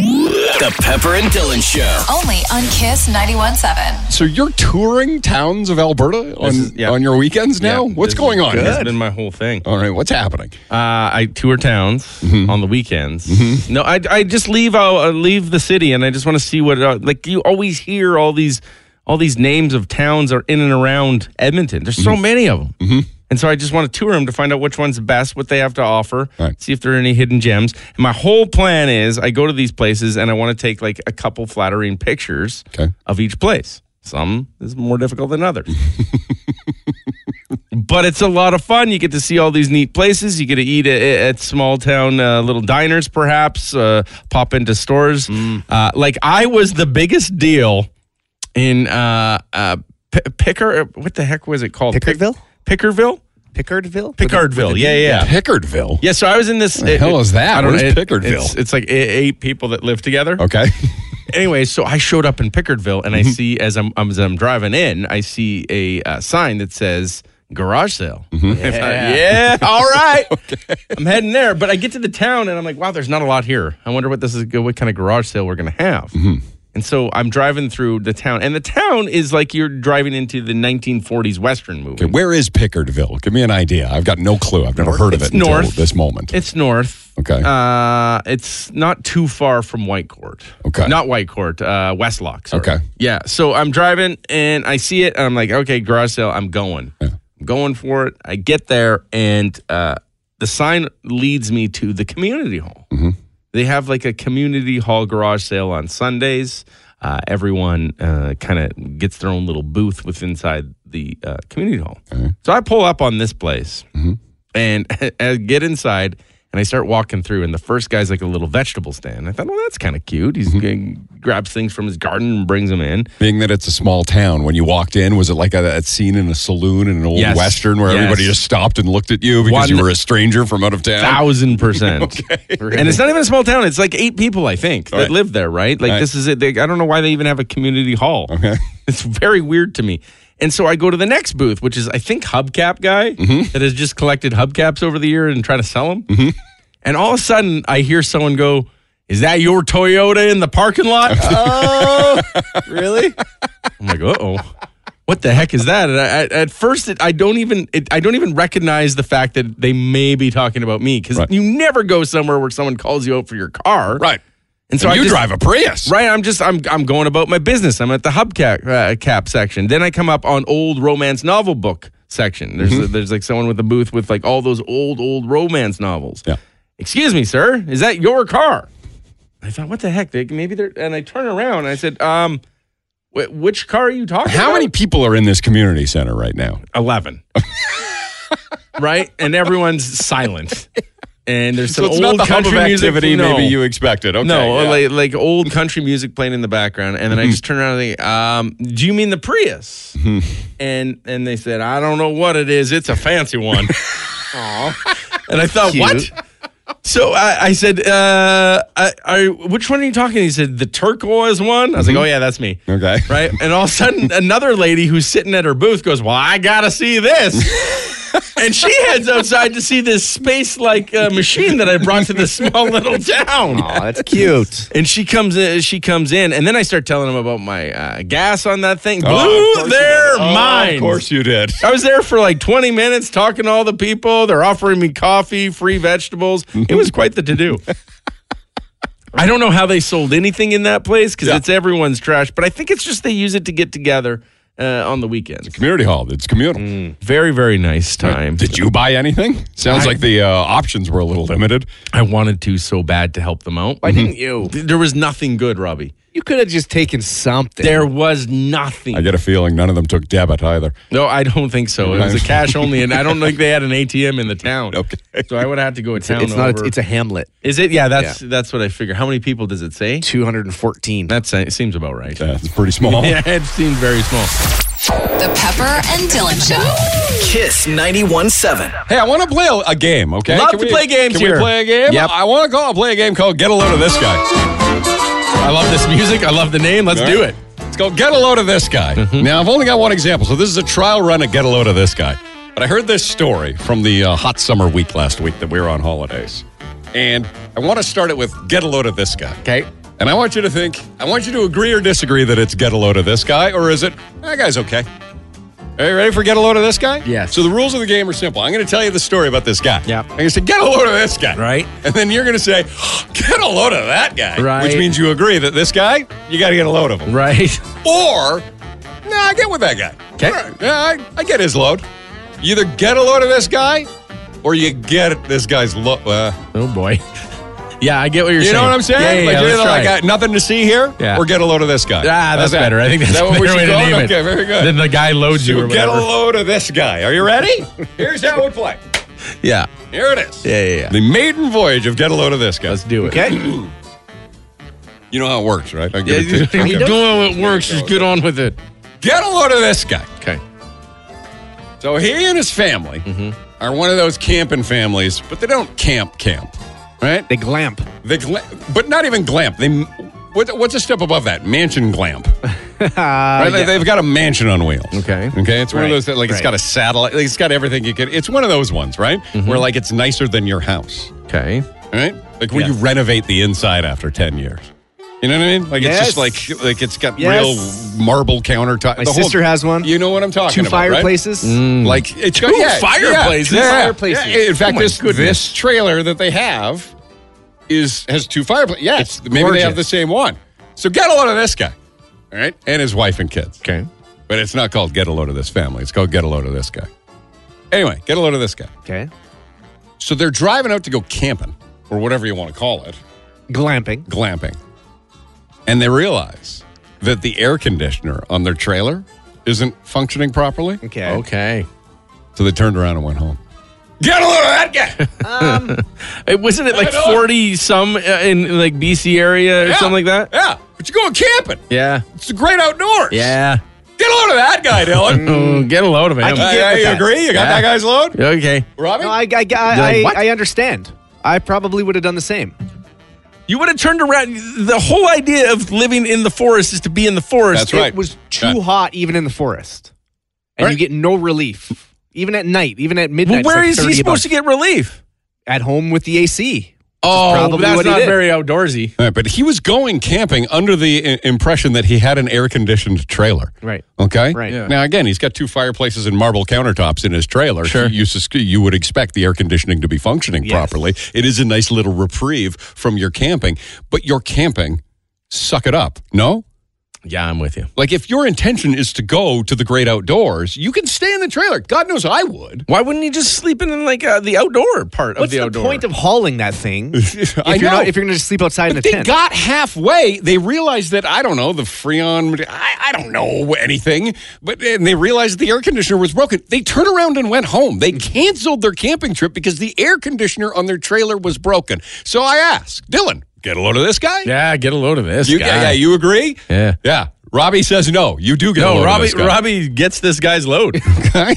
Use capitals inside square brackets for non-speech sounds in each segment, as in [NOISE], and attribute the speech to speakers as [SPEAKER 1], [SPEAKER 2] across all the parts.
[SPEAKER 1] The Pepper and Dylan Show.
[SPEAKER 2] Only on Kiss 91.7.
[SPEAKER 3] So you're touring towns of Alberta on,
[SPEAKER 4] This is- yeah.
[SPEAKER 3] on your weekends now?
[SPEAKER 4] Yeah,
[SPEAKER 3] Oh, What's
[SPEAKER 4] this
[SPEAKER 3] going
[SPEAKER 4] is-
[SPEAKER 3] on?
[SPEAKER 4] This
[SPEAKER 3] here?
[SPEAKER 4] has been my whole thing. Uh,
[SPEAKER 3] All right, what's happening?
[SPEAKER 4] I tour towns
[SPEAKER 3] Mm-hmm.
[SPEAKER 4] on the weekends. No, I, I just leave I'll, i leave the city and I just want to see what uh, like you always hear all these all these names of towns are in and around Edmonton. There's
[SPEAKER 3] Mm-hmm.
[SPEAKER 4] so many of them. And so I just want to tour them to find out which one's best, what they have to offer,
[SPEAKER 3] Right.
[SPEAKER 4] see if there are any hidden gems. And my whole plan is I go to these places and I want to take like a couple flattering pictures
[SPEAKER 3] Okay.
[SPEAKER 4] of each place. Some is more difficult
[SPEAKER 3] [LAUGHS]
[SPEAKER 4] than others. but it's a lot of fun. You get to see all these neat places. You get to eat at, at small town uh, little diners, perhaps uh, pop into stores.
[SPEAKER 3] Mm.
[SPEAKER 4] Uh, like I was the biggest deal in uh, uh, P- Picker. What the heck was it called? Pick-
[SPEAKER 5] Pickardville?
[SPEAKER 4] Pickerville.
[SPEAKER 5] Pickardville?
[SPEAKER 4] Pickardville. Yeah,
[SPEAKER 3] [LAUGHS]
[SPEAKER 4] yeah. yeah.
[SPEAKER 3] Pickardville.
[SPEAKER 4] Yeah, so I was in this.
[SPEAKER 3] the hell is that?
[SPEAKER 4] I don't
[SPEAKER 3] Where's
[SPEAKER 4] know. It-
[SPEAKER 3] Pickardville?
[SPEAKER 4] It's, it's like e- eight people that live together
[SPEAKER 3] Okay. [LAUGHS]
[SPEAKER 4] anyway, so I showed up in Pickardville, and I see as I'm as I'm driving in, I see a uh, sign that says garage sale. [LAUGHS] Yeah. yeah, all right. I'm heading there, but I get to the town, and I'm like, wow, there's not a lot here. I wonder what this is. What kind of garage sale we're gonna have. And so I'm driving through the town, and the town is like you're driving into the 1940s Western
[SPEAKER 3] Okay,
[SPEAKER 4] movie.
[SPEAKER 3] Where is Pickardville? Give me an idea. I've got no clue. I've never heard of it
[SPEAKER 4] It's
[SPEAKER 3] until
[SPEAKER 4] north.
[SPEAKER 3] this moment.
[SPEAKER 4] It's north.
[SPEAKER 3] Okay.
[SPEAKER 4] Uh, it's not too far from White Court.
[SPEAKER 3] Okay.
[SPEAKER 4] Not White Court, uh, Westlock. sorry.
[SPEAKER 3] Okay.
[SPEAKER 4] Yeah. So I'm driving and I see it and I'm like, okay, garage sale, I'm going. I'm going for it. I get there and uh, the sign leads me to the community hall.
[SPEAKER 3] Mm-hmm.
[SPEAKER 4] They have like a community hall garage sale on Sundays. Uh, everyone uh, kind of gets their own little booth with inside the uh, community hall. So I pull up on this place and [LAUGHS] I get inside and I start walking through and the first guy's like a little vegetable stand. I thought, well, that's kind of cute. He's
[SPEAKER 3] Mm-hmm.
[SPEAKER 4] g- grabs things from his garden and brings
[SPEAKER 3] [LAUGHS]
[SPEAKER 4] them in.
[SPEAKER 3] Being that it's a small town, when you walked in, was it like a, that scene in a saloon in an old
[SPEAKER 4] Yes.
[SPEAKER 3] western where
[SPEAKER 4] Yes.
[SPEAKER 3] everybody just stopped and looked at you because
[SPEAKER 4] One-
[SPEAKER 3] you were a stranger from out of town?
[SPEAKER 4] Thousand percent. And it's not even a small town. It's like eight people, I think, that
[SPEAKER 3] right.
[SPEAKER 4] live there, right? Like
[SPEAKER 3] All right.
[SPEAKER 4] this is it. They, I don't know why they even have a community hall.
[SPEAKER 3] [LAUGHS] Okay.
[SPEAKER 4] It's very weird to me. And so I go to the next booth, which is I think Hubcap guy
[SPEAKER 3] Mm-hmm.
[SPEAKER 4] that has just collected hubcaps over the year and try to sell them. And all of a sudden, I hear someone go, "Is that your Toyota in the
[SPEAKER 3] [LAUGHS]
[SPEAKER 4] parking lot?"
[SPEAKER 5] Oh, really?
[SPEAKER 4] I'm like, "Uh oh." What the heck is that? And I, at- at first, it, I don't even it, I don't even recognize the fact that they may be talking about me because
[SPEAKER 3] Right.
[SPEAKER 4] you never go somewhere where someone calls you out for your car,
[SPEAKER 3] Right.
[SPEAKER 4] And so
[SPEAKER 3] So
[SPEAKER 4] I
[SPEAKER 3] you
[SPEAKER 4] just-
[SPEAKER 3] drive a Prius.
[SPEAKER 4] Right, I'm just I'm I'm going about my business. I'm at the hubcap uh, cap section. Then I come up on old romance novel book section. There's
[SPEAKER 3] Mm-hmm.
[SPEAKER 4] a, there's like someone with a booth with like all those old old romance novels.
[SPEAKER 3] Yeah.
[SPEAKER 4] Excuse me, sir. Is that your car? I thought, what the heck? They, maybe they're. And I turn around and I said, um, wh- which car are you talking?
[SPEAKER 3] How
[SPEAKER 4] about?
[SPEAKER 3] many people are in this community center right now?
[SPEAKER 4] 11. [LAUGHS] right? And everyone's silent. And there's some
[SPEAKER 3] so it's
[SPEAKER 4] old
[SPEAKER 3] not the hub
[SPEAKER 4] country
[SPEAKER 3] of activity
[SPEAKER 4] music. No.
[SPEAKER 3] maybe you expected. Okay.
[SPEAKER 4] no,
[SPEAKER 3] yeah. Mm-hmm.
[SPEAKER 4] like, like old country music playing in the background. And then I just turn around and think, um, do you mean the Prius? and and they said, I don't know what it is. It's a
[SPEAKER 3] [LAUGHS]
[SPEAKER 4] fancy one. and I thought, what? So I, I said, uh, I, I, which one are you talking? He said, the turquoise one. I was like, oh, yeah, that's me
[SPEAKER 3] Mm-hmm. Okay.
[SPEAKER 4] right? And all of a sudden, another lady who's sitting at her booth goes, "Well, I gotta
[SPEAKER 3] [LAUGHS]
[SPEAKER 4] see this." And she heads outside to see this space-like uh, machine that I brought to this small little town.
[SPEAKER 5] Oh, that's cute.
[SPEAKER 4] And she comes in. She comes in, and then I start telling them about my uh, gas on that thing. Blew
[SPEAKER 3] Oh, of course you
[SPEAKER 4] their
[SPEAKER 3] did. Oh,
[SPEAKER 4] minds.
[SPEAKER 3] Of course you did.
[SPEAKER 4] I was there for like 20 minutes talking to all the people. They're offering me coffee, free vegetables. It was quite the to do. I don't know how they sold anything in that place because
[SPEAKER 3] Yeah.
[SPEAKER 4] it's everyone's trash, but I think it's just they use it to get together uh, on the weekends.
[SPEAKER 3] Community hall. It's communal.
[SPEAKER 4] Mm. Very, very nice time.
[SPEAKER 3] Did you buy anything? Sounds like the uh, options were a little limited.
[SPEAKER 4] I wanted to so bad to help them out. Mhm.
[SPEAKER 5] Why didn't you?
[SPEAKER 4] Th- There was nothing good, Robbie.
[SPEAKER 5] You could have just taken something.
[SPEAKER 4] There was nothing.
[SPEAKER 3] I get a feeling none of them took debit either.
[SPEAKER 4] No, I don't think so. It was a cash only, and I don't think they had an ATM in the town.
[SPEAKER 3] Okay.
[SPEAKER 4] So I would have to go a town
[SPEAKER 5] it's not.
[SPEAKER 4] over.
[SPEAKER 5] A, it's a Hamlet.
[SPEAKER 4] Is it? Yeah, that's that's what I figure. How many people does it say?
[SPEAKER 5] 214.
[SPEAKER 4] That se- seems
[SPEAKER 3] [LAUGHS]
[SPEAKER 4] about right.
[SPEAKER 3] Uh, it's pretty small.
[SPEAKER 4] [LAUGHS] Yeah, it seemed very small.
[SPEAKER 2] The Pepper and Dylan Show.
[SPEAKER 1] Kiss 91.7.
[SPEAKER 3] Hey, I want to play a- a game, okay?
[SPEAKER 4] Love to play games
[SPEAKER 3] can
[SPEAKER 4] here.
[SPEAKER 3] we play a game?
[SPEAKER 4] Yep.
[SPEAKER 3] I want to go play a game called Get a Load of This Guy.
[SPEAKER 4] I love this music. I love the name. Let's do it. Mm-hmm.
[SPEAKER 3] It's called Get a Load of This Guy. Now, I've only got one example, so this is a trial run at Get a Load of This Guy. But I heard this story from the uh, hot summer week last week that we were on holidays. And I want to start it with Get a Load of This Guy.
[SPEAKER 4] Okay.
[SPEAKER 3] And I want you to think, I want you to agree or disagree that it's get a load of this guy, or is it, that guy's okay? Are you ready for get a load of this guy?
[SPEAKER 5] Yes.
[SPEAKER 3] So the rules of the game are simple. I'm going to tell you the story about this guy.
[SPEAKER 4] Yep.
[SPEAKER 3] I'm going to say, get a load of this guy.
[SPEAKER 4] Right.
[SPEAKER 3] And then you're going to say, [GASPS] get a load of that guy.
[SPEAKER 4] Right.
[SPEAKER 3] Which means you agree that this guy, you got to get a load of him.
[SPEAKER 4] Right. [LAUGHS]
[SPEAKER 3] Or, no, I get with that guy.
[SPEAKER 4] 'Kay.
[SPEAKER 3] All right, Yeah, I, I get his load. You either get a load of this guy, or you get this guy's load. Uh,
[SPEAKER 4] Oh boy. Yeah, I get what you're
[SPEAKER 3] you
[SPEAKER 4] saying.
[SPEAKER 3] know what I'm saying?
[SPEAKER 4] Yeah, yeah,
[SPEAKER 3] like,
[SPEAKER 4] yeah,
[SPEAKER 3] you're
[SPEAKER 4] let's
[SPEAKER 3] either
[SPEAKER 4] try
[SPEAKER 3] like,
[SPEAKER 4] it.
[SPEAKER 3] I got nothing to see here,
[SPEAKER 4] Yeah.
[SPEAKER 3] or get a load of this guy.
[SPEAKER 4] Ah, that's
[SPEAKER 3] How's that?
[SPEAKER 4] better. I think that's
[SPEAKER 3] Is that
[SPEAKER 4] a
[SPEAKER 3] what we
[SPEAKER 4] better way
[SPEAKER 3] should
[SPEAKER 4] to
[SPEAKER 3] call it?
[SPEAKER 4] name it.
[SPEAKER 3] Okay, very good.
[SPEAKER 4] Then the guy loads you
[SPEAKER 3] So
[SPEAKER 4] or
[SPEAKER 3] get a
[SPEAKER 4] whatever.
[SPEAKER 3] load of this guy. Are you
[SPEAKER 4] [LAUGHS]
[SPEAKER 3] ready? Here's how we play.
[SPEAKER 4] yeah.
[SPEAKER 3] Here it is.
[SPEAKER 4] Yeah, yeah, yeah.
[SPEAKER 3] The maiden voyage of Get a Load of This Guy.
[SPEAKER 4] Let's do it.
[SPEAKER 5] Okay.
[SPEAKER 3] You know how it works, right? I
[SPEAKER 4] Yeah,
[SPEAKER 3] give
[SPEAKER 4] you-
[SPEAKER 3] it to you.
[SPEAKER 4] [LAUGHS] you're
[SPEAKER 3] Okay.
[SPEAKER 4] doing what works. Just get on with it.
[SPEAKER 3] Get a load of this guy.
[SPEAKER 4] Okay.
[SPEAKER 3] So he and his family
[SPEAKER 5] Mm-hmm.
[SPEAKER 3] are one of those camping families, but they don't camp camp, right?
[SPEAKER 5] They glamp.
[SPEAKER 3] They gla- but not even glamp. They what, what's a step above that? Mansion
[SPEAKER 5] [LAUGHS]
[SPEAKER 3] glamp.
[SPEAKER 5] Uh,
[SPEAKER 3] right? They, They've got a mansion on wheels.
[SPEAKER 4] Okay.
[SPEAKER 3] Okay. It's one of
[SPEAKER 5] Right,
[SPEAKER 3] those that like it's
[SPEAKER 5] right.
[SPEAKER 3] got a satellite. like, it's got everything you could. It's one of those ones, right?
[SPEAKER 5] Mm-hmm.
[SPEAKER 3] Where like it's nicer than your house,
[SPEAKER 4] Okay.
[SPEAKER 3] right? Like when you renovate the inside after ten years. You know what I mean? Like it's just
[SPEAKER 5] Yes.
[SPEAKER 3] like like it's got
[SPEAKER 5] Yes.
[SPEAKER 3] real marble countertop.
[SPEAKER 5] My
[SPEAKER 3] The whole-
[SPEAKER 5] sister has one.
[SPEAKER 3] You know what I'm talking
[SPEAKER 5] Two
[SPEAKER 3] about? right?
[SPEAKER 5] fireplaces.
[SPEAKER 4] Mm.
[SPEAKER 3] Like it's got
[SPEAKER 4] Two fireplaces?
[SPEAKER 3] Yeah,
[SPEAKER 4] Two
[SPEAKER 5] fireplaces.
[SPEAKER 3] Yeah, In fact,
[SPEAKER 4] Oh my
[SPEAKER 3] this
[SPEAKER 4] goodness.
[SPEAKER 3] this trailer that they have is has two fireplaces. Yes,
[SPEAKER 4] It's
[SPEAKER 3] maybe they have
[SPEAKER 4] gorgeous.
[SPEAKER 3] the same one. So get a load of this guy, all right, and his wife and kids.
[SPEAKER 4] Okay.
[SPEAKER 3] But it's not called get a load of this family. It's called get a load of this guy. Anyway, get a load of this guy.
[SPEAKER 5] Okay.
[SPEAKER 3] So they're driving out to go camping or whatever you want to call it,
[SPEAKER 5] Glamping.
[SPEAKER 3] glamping, and they realize that the air conditioner on their trailer isn't functioning properly.
[SPEAKER 5] Okay.
[SPEAKER 4] Okay.
[SPEAKER 3] So they turned around and went home. Get a load of that guy.
[SPEAKER 4] It, wasn't it like
[SPEAKER 3] I know.
[SPEAKER 4] 40 some uh, in, in, like BC area or
[SPEAKER 3] Yeah,
[SPEAKER 4] something like that?
[SPEAKER 3] Yeah, but you're going camping.
[SPEAKER 4] Yeah.
[SPEAKER 3] It's the great outdoors.
[SPEAKER 4] Yeah.
[SPEAKER 3] Get a load of that guy,
[SPEAKER 4] [LAUGHS]
[SPEAKER 3] Dylan.
[SPEAKER 4] Oh, get a load of him.
[SPEAKER 5] I can
[SPEAKER 3] I,
[SPEAKER 5] get
[SPEAKER 3] I
[SPEAKER 5] with that.
[SPEAKER 3] agree. You got that
[SPEAKER 4] Yeah.
[SPEAKER 3] guy's load,
[SPEAKER 4] okay.
[SPEAKER 3] Robbie.
[SPEAKER 5] No, I, I,
[SPEAKER 4] like,
[SPEAKER 5] I,
[SPEAKER 4] what?
[SPEAKER 5] I, I understand. I probably would have done the same.
[SPEAKER 4] You would have turned around. The whole idea of living in the forest is to be in the forest.
[SPEAKER 3] That's right.
[SPEAKER 5] It was too
[SPEAKER 3] Yeah.
[SPEAKER 5] hot even in the forest. And
[SPEAKER 3] Right.
[SPEAKER 5] you get no relief. Even at night, even at
[SPEAKER 4] Well,
[SPEAKER 5] midnight.
[SPEAKER 4] where is he supposed to get relief?
[SPEAKER 5] get at home with the AC?
[SPEAKER 4] Oh,
[SPEAKER 5] probably
[SPEAKER 4] that's
[SPEAKER 5] what he
[SPEAKER 4] not
[SPEAKER 5] did.
[SPEAKER 4] very outdoorsy.
[SPEAKER 3] All right, but he was going camping under the I- impression that he had an air-conditioned trailer.
[SPEAKER 5] Right.
[SPEAKER 3] Okay.
[SPEAKER 5] Right. Yeah.
[SPEAKER 3] Now again, he's got two fireplaces and marble countertops in his trailer.
[SPEAKER 4] Sure.
[SPEAKER 3] You, sus- you would expect the air conditioning to be functioning
[SPEAKER 5] Yes.
[SPEAKER 3] properly. It is a nice little reprieve from your camping, but your camping, suck it up. No.
[SPEAKER 4] Yeah, I'm with you.
[SPEAKER 3] Like if your intention is to go to the great outdoors, you can stay in the trailer. God knows I would.
[SPEAKER 4] Why wouldn't he just sleep in like uh, the outdoor part of
[SPEAKER 5] What's
[SPEAKER 4] the
[SPEAKER 5] the,
[SPEAKER 4] outdoor?
[SPEAKER 5] point of hauling
[SPEAKER 4] [LAUGHS]
[SPEAKER 5] that thing? if
[SPEAKER 3] I
[SPEAKER 5] you're
[SPEAKER 3] know.
[SPEAKER 5] Not, if you're going to just sleep outside in a
[SPEAKER 3] they
[SPEAKER 5] tent.
[SPEAKER 3] got halfway. They realized that I don't know the Freon. I, I don't know anything. But and they realized the air conditioner was broken. They turned around and went home.
[SPEAKER 4] Hmm.
[SPEAKER 3] They canceled their camping trip because the air conditioner on their trailer was broken. So I asked Dylan, get a load of this guy.
[SPEAKER 4] yeah, get a load of this
[SPEAKER 3] you,
[SPEAKER 4] guy.
[SPEAKER 3] yeah, yeah, you agree?
[SPEAKER 4] Yeah.
[SPEAKER 3] yeah. Robbie says no. You do get a
[SPEAKER 4] no,
[SPEAKER 3] load
[SPEAKER 4] Robbie.
[SPEAKER 3] of this guy.
[SPEAKER 4] Robbie gets this guy's
[SPEAKER 3] [LAUGHS]
[SPEAKER 4] load.
[SPEAKER 3] Okay?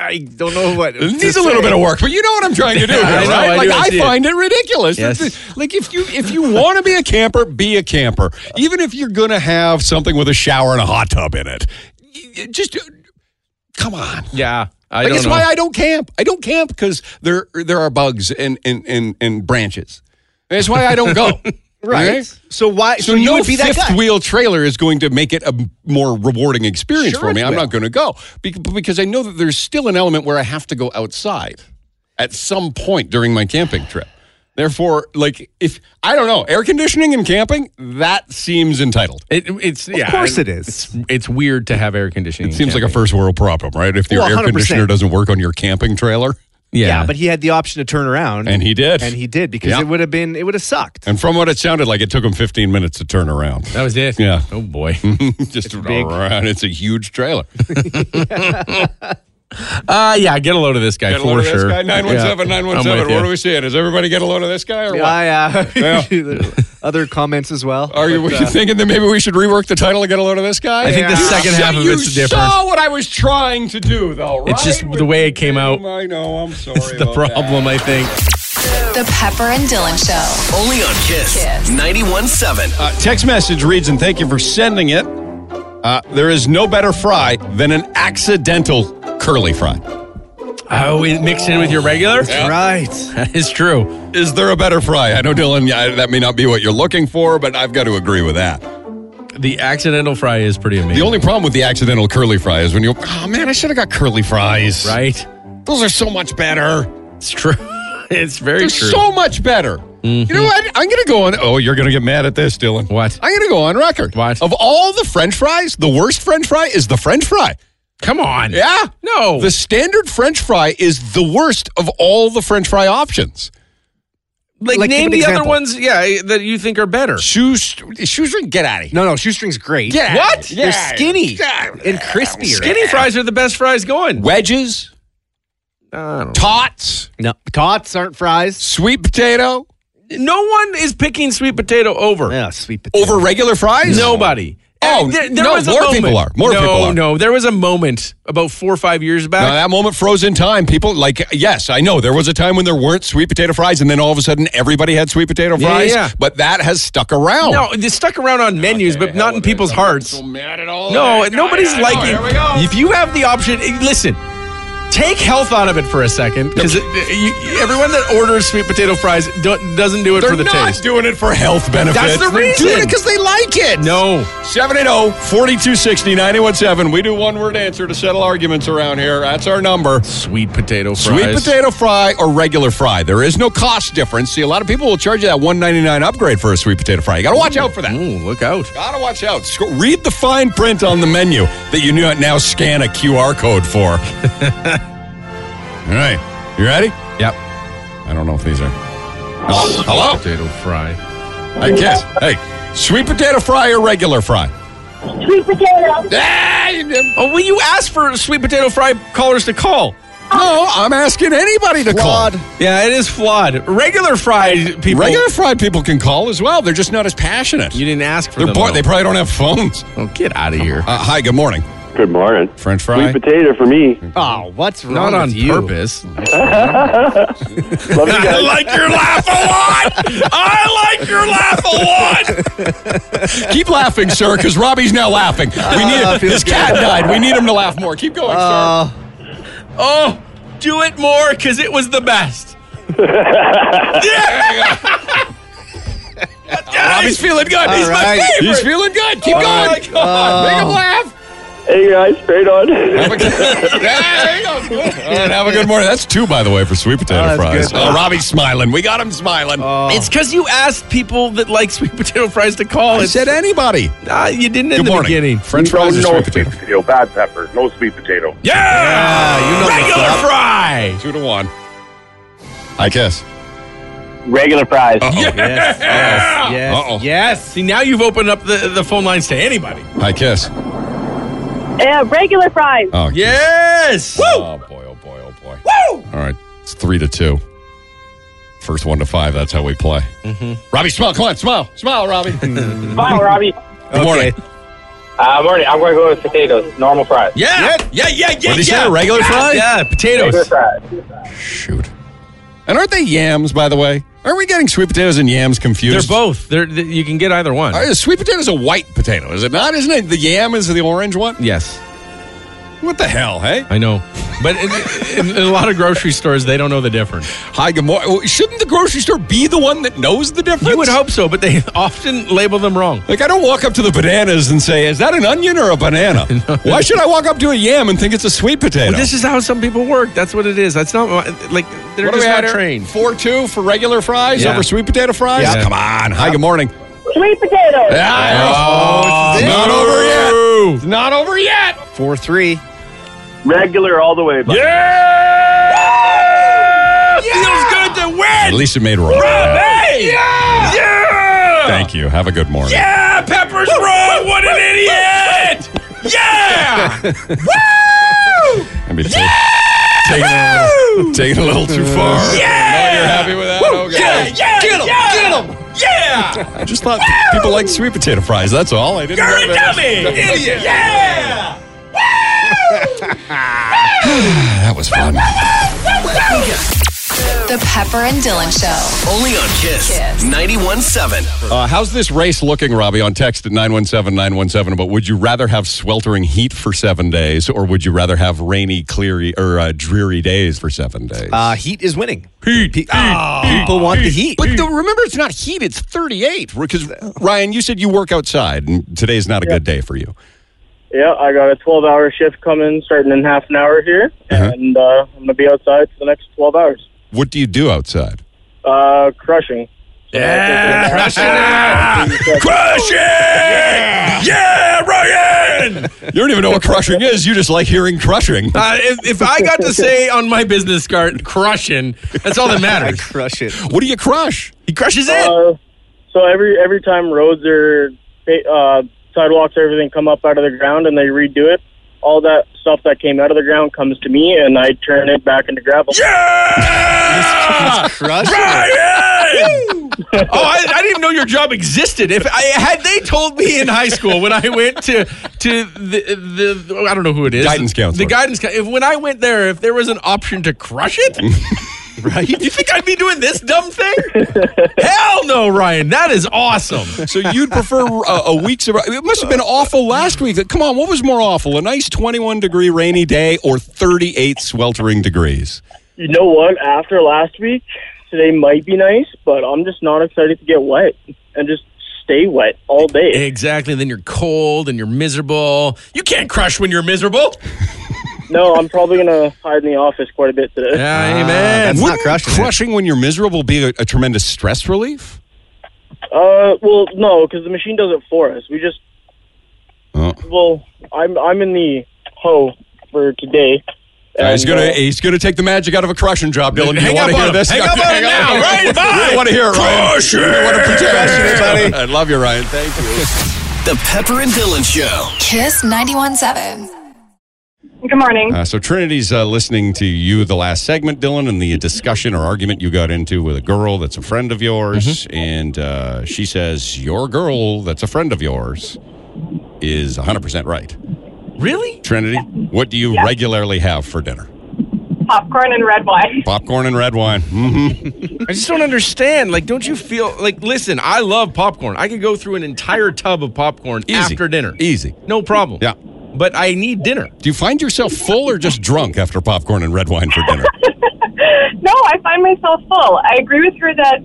[SPEAKER 5] I don't
[SPEAKER 4] [LAUGHS]
[SPEAKER 5] know what.
[SPEAKER 3] It needs a little bit of work, but you know what I'm trying to do, here,
[SPEAKER 4] I
[SPEAKER 3] right?
[SPEAKER 4] know, I
[SPEAKER 3] like
[SPEAKER 4] do, I
[SPEAKER 3] I
[SPEAKER 4] see it.
[SPEAKER 3] find it, ridiculous.
[SPEAKER 4] Yes.
[SPEAKER 3] It's- Like if you if you want to be a camper, be a camper. Even if you're gonna have something with a shower and a hot tub in it, y- y- just uh, come on.
[SPEAKER 4] yeah, I
[SPEAKER 3] Like
[SPEAKER 4] don't
[SPEAKER 3] it's
[SPEAKER 4] know.
[SPEAKER 3] why I don't camp. I don't camp because there there are bugs and and and, and branches. That's why I
[SPEAKER 5] [LAUGHS]
[SPEAKER 3] don't go.
[SPEAKER 5] Right.
[SPEAKER 3] Okay?
[SPEAKER 5] So why? So,
[SPEAKER 3] So,
[SPEAKER 5] you
[SPEAKER 3] no
[SPEAKER 5] would be that
[SPEAKER 3] fifth
[SPEAKER 5] guy.
[SPEAKER 3] wheel trailer is going to make it a more rewarding experience
[SPEAKER 5] Sure
[SPEAKER 3] for me.
[SPEAKER 5] it
[SPEAKER 3] I'm
[SPEAKER 5] will.
[SPEAKER 3] not going to go Bec- because I know that there's still an element where I have to go outside at some point during my camping trip. Therefore, like if I don't know, air conditioning and camping that seems entitled.
[SPEAKER 4] It, it's yeah.
[SPEAKER 5] of course
[SPEAKER 4] it
[SPEAKER 5] it
[SPEAKER 4] is.
[SPEAKER 5] is.
[SPEAKER 4] It's weird to have air conditioning.
[SPEAKER 3] Seems like a first world problem, right? If your
[SPEAKER 5] Well,
[SPEAKER 3] air
[SPEAKER 5] 100%.
[SPEAKER 3] conditioner doesn't work on your camping trailer,
[SPEAKER 5] Yeah. but he had the option to turn around,
[SPEAKER 3] and he did,
[SPEAKER 5] and he did because
[SPEAKER 3] Yeah.
[SPEAKER 5] it would have been it would have sucked.
[SPEAKER 3] And from what it sounded like, it took him 15 minutes to turn around.
[SPEAKER 4] that was it.
[SPEAKER 3] Yeah. [LAUGHS] Hmm.
[SPEAKER 4] Oh boy.
[SPEAKER 3] Just around. It's a huge
[SPEAKER 4] [LAUGHS]
[SPEAKER 3] trailer.
[SPEAKER 4] Uh yeah, get a load of this guy
[SPEAKER 3] Get a
[SPEAKER 4] for
[SPEAKER 3] load of
[SPEAKER 4] sure.
[SPEAKER 3] this guy. 917,
[SPEAKER 4] Yeah. I'm
[SPEAKER 3] 917.
[SPEAKER 4] with
[SPEAKER 3] What
[SPEAKER 4] you.
[SPEAKER 3] are we seeing? Does everybody get a load of this guy or what?
[SPEAKER 5] [LAUGHS] Yeah, yeah.
[SPEAKER 3] Yeah.
[SPEAKER 5] uh, Other comments as well.
[SPEAKER 3] Are you, were you thinking that maybe we should rework the title and get a load of this guy?
[SPEAKER 4] uh, I think the
[SPEAKER 5] Yeah.
[SPEAKER 4] second
[SPEAKER 3] So
[SPEAKER 4] half of
[SPEAKER 3] you
[SPEAKER 4] it's different.
[SPEAKER 3] saw what I was trying to do, though, right?
[SPEAKER 4] It's just the
[SPEAKER 3] With
[SPEAKER 4] way it came out.
[SPEAKER 3] I know. I'm sorry.
[SPEAKER 4] [LAUGHS] It's the
[SPEAKER 3] about that.
[SPEAKER 4] problem, I think.
[SPEAKER 2] The Pepper and Dylan Show.
[SPEAKER 1] Only on Kiss.
[SPEAKER 2] Kiss.
[SPEAKER 1] 91.7.
[SPEAKER 3] Uh, text message reads, and thank you for sending it. Uh, there is no better fry than an accidental curly fry.
[SPEAKER 4] Oh, it mixed in with your regular? [LAUGHS]
[SPEAKER 5] Right.
[SPEAKER 4] That is true.
[SPEAKER 3] Is there a better fry? I know, Dylan, yeah, that may not be what you're looking for, but I've got to agree with that.
[SPEAKER 4] The accidental fry is pretty amazing.
[SPEAKER 3] The only problem with the accidental curly fry is when you, oh man, I should have got curly fries.
[SPEAKER 4] [LAUGHS] right?
[SPEAKER 3] Those are so much better.
[SPEAKER 4] It's true. [LAUGHS] It's very
[SPEAKER 3] They're
[SPEAKER 4] true. Mm-hmm.
[SPEAKER 3] so much better. You know what? I'm going to go on. Oh, you're going to get mad at this, Dylan.
[SPEAKER 4] What?
[SPEAKER 3] I'm going to go on record.
[SPEAKER 4] What?
[SPEAKER 3] Of all the French fries, the worst French fry is the French fry.
[SPEAKER 4] Come on.
[SPEAKER 3] Yeah.
[SPEAKER 4] No.
[SPEAKER 3] The standard French fry is the worst of all the French fry options.
[SPEAKER 4] like,
[SPEAKER 5] like, give
[SPEAKER 4] name
[SPEAKER 5] an
[SPEAKER 4] the other
[SPEAKER 5] example.
[SPEAKER 4] ones, yeah, that you think are better.
[SPEAKER 3] Shoes, shoestring, get out of here.
[SPEAKER 5] No, no, shoestring's great.
[SPEAKER 3] Yeah.
[SPEAKER 4] What?
[SPEAKER 5] They're skinny
[SPEAKER 3] Yeah.
[SPEAKER 5] and crispier.
[SPEAKER 4] Skinny fries are the best fries going.
[SPEAKER 3] Wedges,
[SPEAKER 4] I don't
[SPEAKER 3] tots,
[SPEAKER 5] No, tots aren't fries.
[SPEAKER 3] sweet potato
[SPEAKER 4] know. No one is picking sweet potato over.
[SPEAKER 5] Yeah, sweet potato.
[SPEAKER 3] over regular fries?
[SPEAKER 4] Nobody.
[SPEAKER 3] Oh,
[SPEAKER 4] Uh,
[SPEAKER 3] no,
[SPEAKER 4] was a
[SPEAKER 3] more
[SPEAKER 4] moment.
[SPEAKER 3] people are. More
[SPEAKER 4] no,
[SPEAKER 3] people are.
[SPEAKER 4] No, there was a moment about four or five years
[SPEAKER 3] Now,
[SPEAKER 4] back.
[SPEAKER 3] that moment froze in time. People like, yes, I know there was a time when there weren't sweet potato fries, and then all of a sudden everybody had sweet potato
[SPEAKER 4] Yeah,
[SPEAKER 3] fries.
[SPEAKER 4] yeah.
[SPEAKER 3] But that has stuck around.
[SPEAKER 4] no, they stuck around on menus, but not in people's hearts.
[SPEAKER 3] mad at all.
[SPEAKER 4] No, nobody's liking. If you have the option, eh, listen. Take health out of it for a second, because everyone that orders sweet potato fries do, doesn't do it
[SPEAKER 3] They're
[SPEAKER 4] for the
[SPEAKER 3] not
[SPEAKER 4] taste.
[SPEAKER 3] doing it for health benefits.
[SPEAKER 4] the reason.
[SPEAKER 3] They're doing it because they like it.
[SPEAKER 4] No.
[SPEAKER 3] 780 4260 917. We do one word answer to settle arguments around here. That's our number.
[SPEAKER 4] Sweet potato fries.
[SPEAKER 3] Sweet potato fry or regular fry. There is no cost difference. See, a lot of people will charge you that 199 upgrade for a sweet potato fry. You got to watch out for that.
[SPEAKER 4] Ooh, look out.
[SPEAKER 3] Gotta watch out. Sc- Read the fine print on the menu that you now- now scan a QR code
[SPEAKER 4] [LAUGHS]
[SPEAKER 3] for. All right. You ready?
[SPEAKER 4] Yep.
[SPEAKER 3] I don't know if these are. Hello?
[SPEAKER 4] Potato fry.
[SPEAKER 3] I guess. Hey, sweet potato fry or regular fry?
[SPEAKER 6] Sweet potato.
[SPEAKER 3] Ah, you- no,
[SPEAKER 4] Oh, well, you asked for sweet potato fry callers to call.
[SPEAKER 3] I'm asking anybody to call.
[SPEAKER 5] Flawed.
[SPEAKER 4] Yeah, it is flawed. Regular fried people.
[SPEAKER 3] Regular fried people can call as well. They're just not as passionate.
[SPEAKER 4] You didn't ask for
[SPEAKER 3] They're
[SPEAKER 4] them.
[SPEAKER 3] bored.
[SPEAKER 4] though.
[SPEAKER 3] They probably don't have phones.
[SPEAKER 4] oh, get out of here.
[SPEAKER 3] Uh, hi, good morning.
[SPEAKER 7] Good morning.
[SPEAKER 3] French fry.
[SPEAKER 7] Sweet potato for me.
[SPEAKER 5] Oh, what's wrong
[SPEAKER 4] Not on
[SPEAKER 5] with you?
[SPEAKER 3] [LAUGHS]
[SPEAKER 4] purpose.
[SPEAKER 7] Love you guys.
[SPEAKER 3] like your laugh a lot. I like your laugh [LAUGHS] a lot. Keep laughing, sir, because Robbie's now laughing. We [LAUGHS] need
[SPEAKER 5] Ah,
[SPEAKER 3] his
[SPEAKER 5] feels
[SPEAKER 3] cat died. We need him to laugh more. Keep going,
[SPEAKER 5] Uh,
[SPEAKER 4] Oh, do it more because it was the best.
[SPEAKER 3] sir. Robbie's feeling good. He's my
[SPEAKER 5] right.
[SPEAKER 3] favorite. He's feeling good. Keep going. Uh,
[SPEAKER 4] my God.
[SPEAKER 3] Make him [LAUGHS] laugh.
[SPEAKER 7] Hey guys, straight on.
[SPEAKER 3] Have a good, Yeah, there you go. Good. All right, have a good morning. That's two, by the way, for sweet potato
[SPEAKER 5] Oh, that's
[SPEAKER 3] fries.
[SPEAKER 5] good.
[SPEAKER 3] Oh, Robbie's smiling. We got him smiling.
[SPEAKER 4] It's because you asked people that like sweet [LAUGHS] potato fries to call.
[SPEAKER 3] I
[SPEAKER 4] It's-
[SPEAKER 3] said anybody.
[SPEAKER 4] Ah, you didn't in
[SPEAKER 3] Good
[SPEAKER 4] the
[SPEAKER 3] morning.
[SPEAKER 4] beginning.
[SPEAKER 3] French fries or
[SPEAKER 8] Oh, no
[SPEAKER 3] sweet potato?
[SPEAKER 8] potato, bad pepper, no sweet potato.
[SPEAKER 3] Yeah.
[SPEAKER 4] Regular fry.
[SPEAKER 3] Two to one. I guess.
[SPEAKER 7] Regular fries.
[SPEAKER 3] Uh-oh.
[SPEAKER 5] yes, yes, yes,
[SPEAKER 3] Uh-oh.
[SPEAKER 5] yes.
[SPEAKER 4] See, now you've opened up the, the phone lines to anybody.
[SPEAKER 3] I guess.
[SPEAKER 6] Uh, regular fries.
[SPEAKER 3] Oh,
[SPEAKER 4] Yes.
[SPEAKER 3] Oh boy, oh boy, oh boy. Woo! All right, it's three to two. First one to five. That's how we play.
[SPEAKER 4] Mm-hmm.
[SPEAKER 3] Robbie, smile. Come on, smile, smile,
[SPEAKER 4] [LAUGHS]
[SPEAKER 3] Robbie. Good
[SPEAKER 7] Bye, Robbie.
[SPEAKER 6] [LAUGHS]
[SPEAKER 3] morning.
[SPEAKER 7] Uh, morning. I'm going to go with potatoes. Normal fries.
[SPEAKER 4] Yeah. Yeah, yeah, yeah.
[SPEAKER 3] What'd he say,
[SPEAKER 4] yeah.
[SPEAKER 3] a regular
[SPEAKER 4] yeah.
[SPEAKER 3] fry?
[SPEAKER 4] Yeah,
[SPEAKER 7] Regular
[SPEAKER 4] potatoes.
[SPEAKER 7] fries.
[SPEAKER 3] Shoot. And aren't they yams? By the way, aren't we getting sweet potatoes and yams
[SPEAKER 4] They're
[SPEAKER 3] confused?
[SPEAKER 4] both. They're, th- you can get either one.
[SPEAKER 3] All right, the sweet potato is a white potato, is it not? Isn't it? The yam is the orange one.
[SPEAKER 4] Yes,
[SPEAKER 3] What the hell, hey?
[SPEAKER 4] I know. But in, in, in a lot of grocery stores, they don't know the difference.
[SPEAKER 3] Hi, good morning. Shouldn't the grocery store be the one that knows the difference?
[SPEAKER 4] You would hope so, but they often label them wrong.
[SPEAKER 3] Like, I don't walk up to the bananas and say, is that an onion or a
[SPEAKER 4] [LAUGHS]
[SPEAKER 3] banana? Why should I walk up to a yam and think it's a sweet potato?
[SPEAKER 4] Well, this is how some people work. That's what it is. That's not my- like they're
[SPEAKER 3] What are we
[SPEAKER 4] just
[SPEAKER 3] at
[SPEAKER 4] not
[SPEAKER 3] here?
[SPEAKER 4] trained.
[SPEAKER 3] Four two for regular fries
[SPEAKER 4] Yeah.
[SPEAKER 3] over sweet potato fries.
[SPEAKER 4] Yeah. Oh,
[SPEAKER 3] Come on. Hi. Good morning.
[SPEAKER 6] Sweet potato.
[SPEAKER 3] Ah, it's not over yet. It's not over yet.
[SPEAKER 5] Four three.
[SPEAKER 7] Regular all the way. Bye.
[SPEAKER 4] Feels good to win.
[SPEAKER 3] At least it made wrong.
[SPEAKER 4] Hey! Yeah! Yeah!
[SPEAKER 3] Thank you. Have a good morning.
[SPEAKER 4] Yeah! Pepper's wrong. What an idiot! Yeah! Woo!
[SPEAKER 3] Maybe take- taking, a little, taking a little too far.
[SPEAKER 4] Yeah!
[SPEAKER 3] No, you're happy with that? Okay.
[SPEAKER 4] yeah! Get him! Get him! Yeah!
[SPEAKER 3] I just thought people like sweet potato fries. That's all. I didn't
[SPEAKER 4] You're a
[SPEAKER 3] know that-
[SPEAKER 4] dummy!
[SPEAKER 3] [LAUGHS]
[SPEAKER 4] Idiot! Yeah!
[SPEAKER 3] That was fun.
[SPEAKER 2] The Pepper and Dylan Show.
[SPEAKER 1] Only on Kiss.
[SPEAKER 2] Kiss.
[SPEAKER 1] 91.7.
[SPEAKER 3] Uh, how's this race looking, Robbie, on text at 917 917 about would you rather have sweltering heat for seven days or would you rather have rainy, cleary, or uh, dreary days for seven days?
[SPEAKER 5] Uh, heat is winning. Heat. people want the heat.
[SPEAKER 3] but the, remember, it's not heat, it's 38. Because, Ryan, you said you work outside, and today's not a good day for you.
[SPEAKER 7] Yeah, I got a 12 hour shift coming starting in half an hour here, and uh, I'm going to be outside for the next 12 hours.
[SPEAKER 3] What do you do outside?
[SPEAKER 7] Uh, crushing. So yeah,
[SPEAKER 3] Crushing! Yeah, Ryan! you don't even know what crushing is. You just like hearing crushing.
[SPEAKER 4] Uh, if, if I got to say on my business card, crushing, that's all that
[SPEAKER 5] I
[SPEAKER 4] matters.
[SPEAKER 5] crush it.
[SPEAKER 3] What do you crush?
[SPEAKER 4] He crushes it.
[SPEAKER 7] Uh, so every every time roads or pa- uh, sidewalks, everything come up out of the ground, and they redo it. All that stuff that came out of the ground comes to me, and I turn it back into gravel.
[SPEAKER 5] Crush
[SPEAKER 4] Ryan! oh, I, I didn't even know your job existed. If I had they told me in high school when I went to to the, the I don't know who it is
[SPEAKER 3] Guidance counselor.
[SPEAKER 4] the guidance coun- if when I went there if there was an option to crush it right you think I'd be doing this
[SPEAKER 3] [LAUGHS]
[SPEAKER 4] dumb thing hell no Ryan that is awesome
[SPEAKER 3] So you'd prefer a, a week's? It must have been awful last week. Come on, what was more awful? A nice 21 degree rainy day or 38 sweltering degrees?
[SPEAKER 7] You know what? After last week, today might be nice, but I'm just not excited to get wet and just stay wet all day.
[SPEAKER 4] exactly then you're cold and you're miserable you can't crush when you're miserable
[SPEAKER 7] No, I'm probably gonna hide in the office quite a bit today.
[SPEAKER 3] Ah,
[SPEAKER 4] yeah
[SPEAKER 5] that's-
[SPEAKER 4] amen
[SPEAKER 5] not
[SPEAKER 3] Wouldn't
[SPEAKER 5] crushing it.
[SPEAKER 3] crushing when you're miserable be a, a tremendous stress relief?
[SPEAKER 7] Uh, well, no, because the machine does it for us. We just
[SPEAKER 3] Oh.
[SPEAKER 7] well, I'm I'm in the hoe for today.
[SPEAKER 3] he's
[SPEAKER 7] and,
[SPEAKER 3] gonna
[SPEAKER 7] uh,
[SPEAKER 3] he's gonna take the magic out of a crushing job, Dylan. Do you
[SPEAKER 4] Hang
[SPEAKER 3] want to
[SPEAKER 4] up on
[SPEAKER 3] hear
[SPEAKER 4] him.
[SPEAKER 3] this? [LAUGHS]
[SPEAKER 4] Hang up on him now, right?
[SPEAKER 3] You
[SPEAKER 4] Bye.
[SPEAKER 3] want to hear it, Ryan? Crushing. You want to
[SPEAKER 5] Crushing,
[SPEAKER 3] pretend?
[SPEAKER 5] buddy.
[SPEAKER 3] I love you, Ryan. Thank you.
[SPEAKER 1] The Pepper and Dylan Show.
[SPEAKER 2] Kiss 917.
[SPEAKER 6] Good morning.
[SPEAKER 3] Uh, so Trinity's uh, listening to you the last segment, Dylan, and the discussion or argument you got into with a girl that's a friend of yours,
[SPEAKER 5] Mm-hmm.
[SPEAKER 3] and uh, she says your girl that's a friend of yours is 100% right.
[SPEAKER 4] really
[SPEAKER 3] Trinity, what do you regularly have for dinner?
[SPEAKER 6] Popcorn and red wine. [LAUGHS]
[SPEAKER 3] Popcorn and red wine. hmm
[SPEAKER 4] I just don't understand. Like, don't you feel like? Listen, I love popcorn. I could go through an entire tub of popcorn
[SPEAKER 3] Easy.
[SPEAKER 4] after dinner.
[SPEAKER 3] Easy.
[SPEAKER 4] no problem.
[SPEAKER 3] Yeah.
[SPEAKER 4] but I need dinner.
[SPEAKER 3] Do you find yourself full or just drunk after popcorn and red wine for
[SPEAKER 6] [LAUGHS]
[SPEAKER 3] dinner?
[SPEAKER 6] No, I find myself full. I agree with her that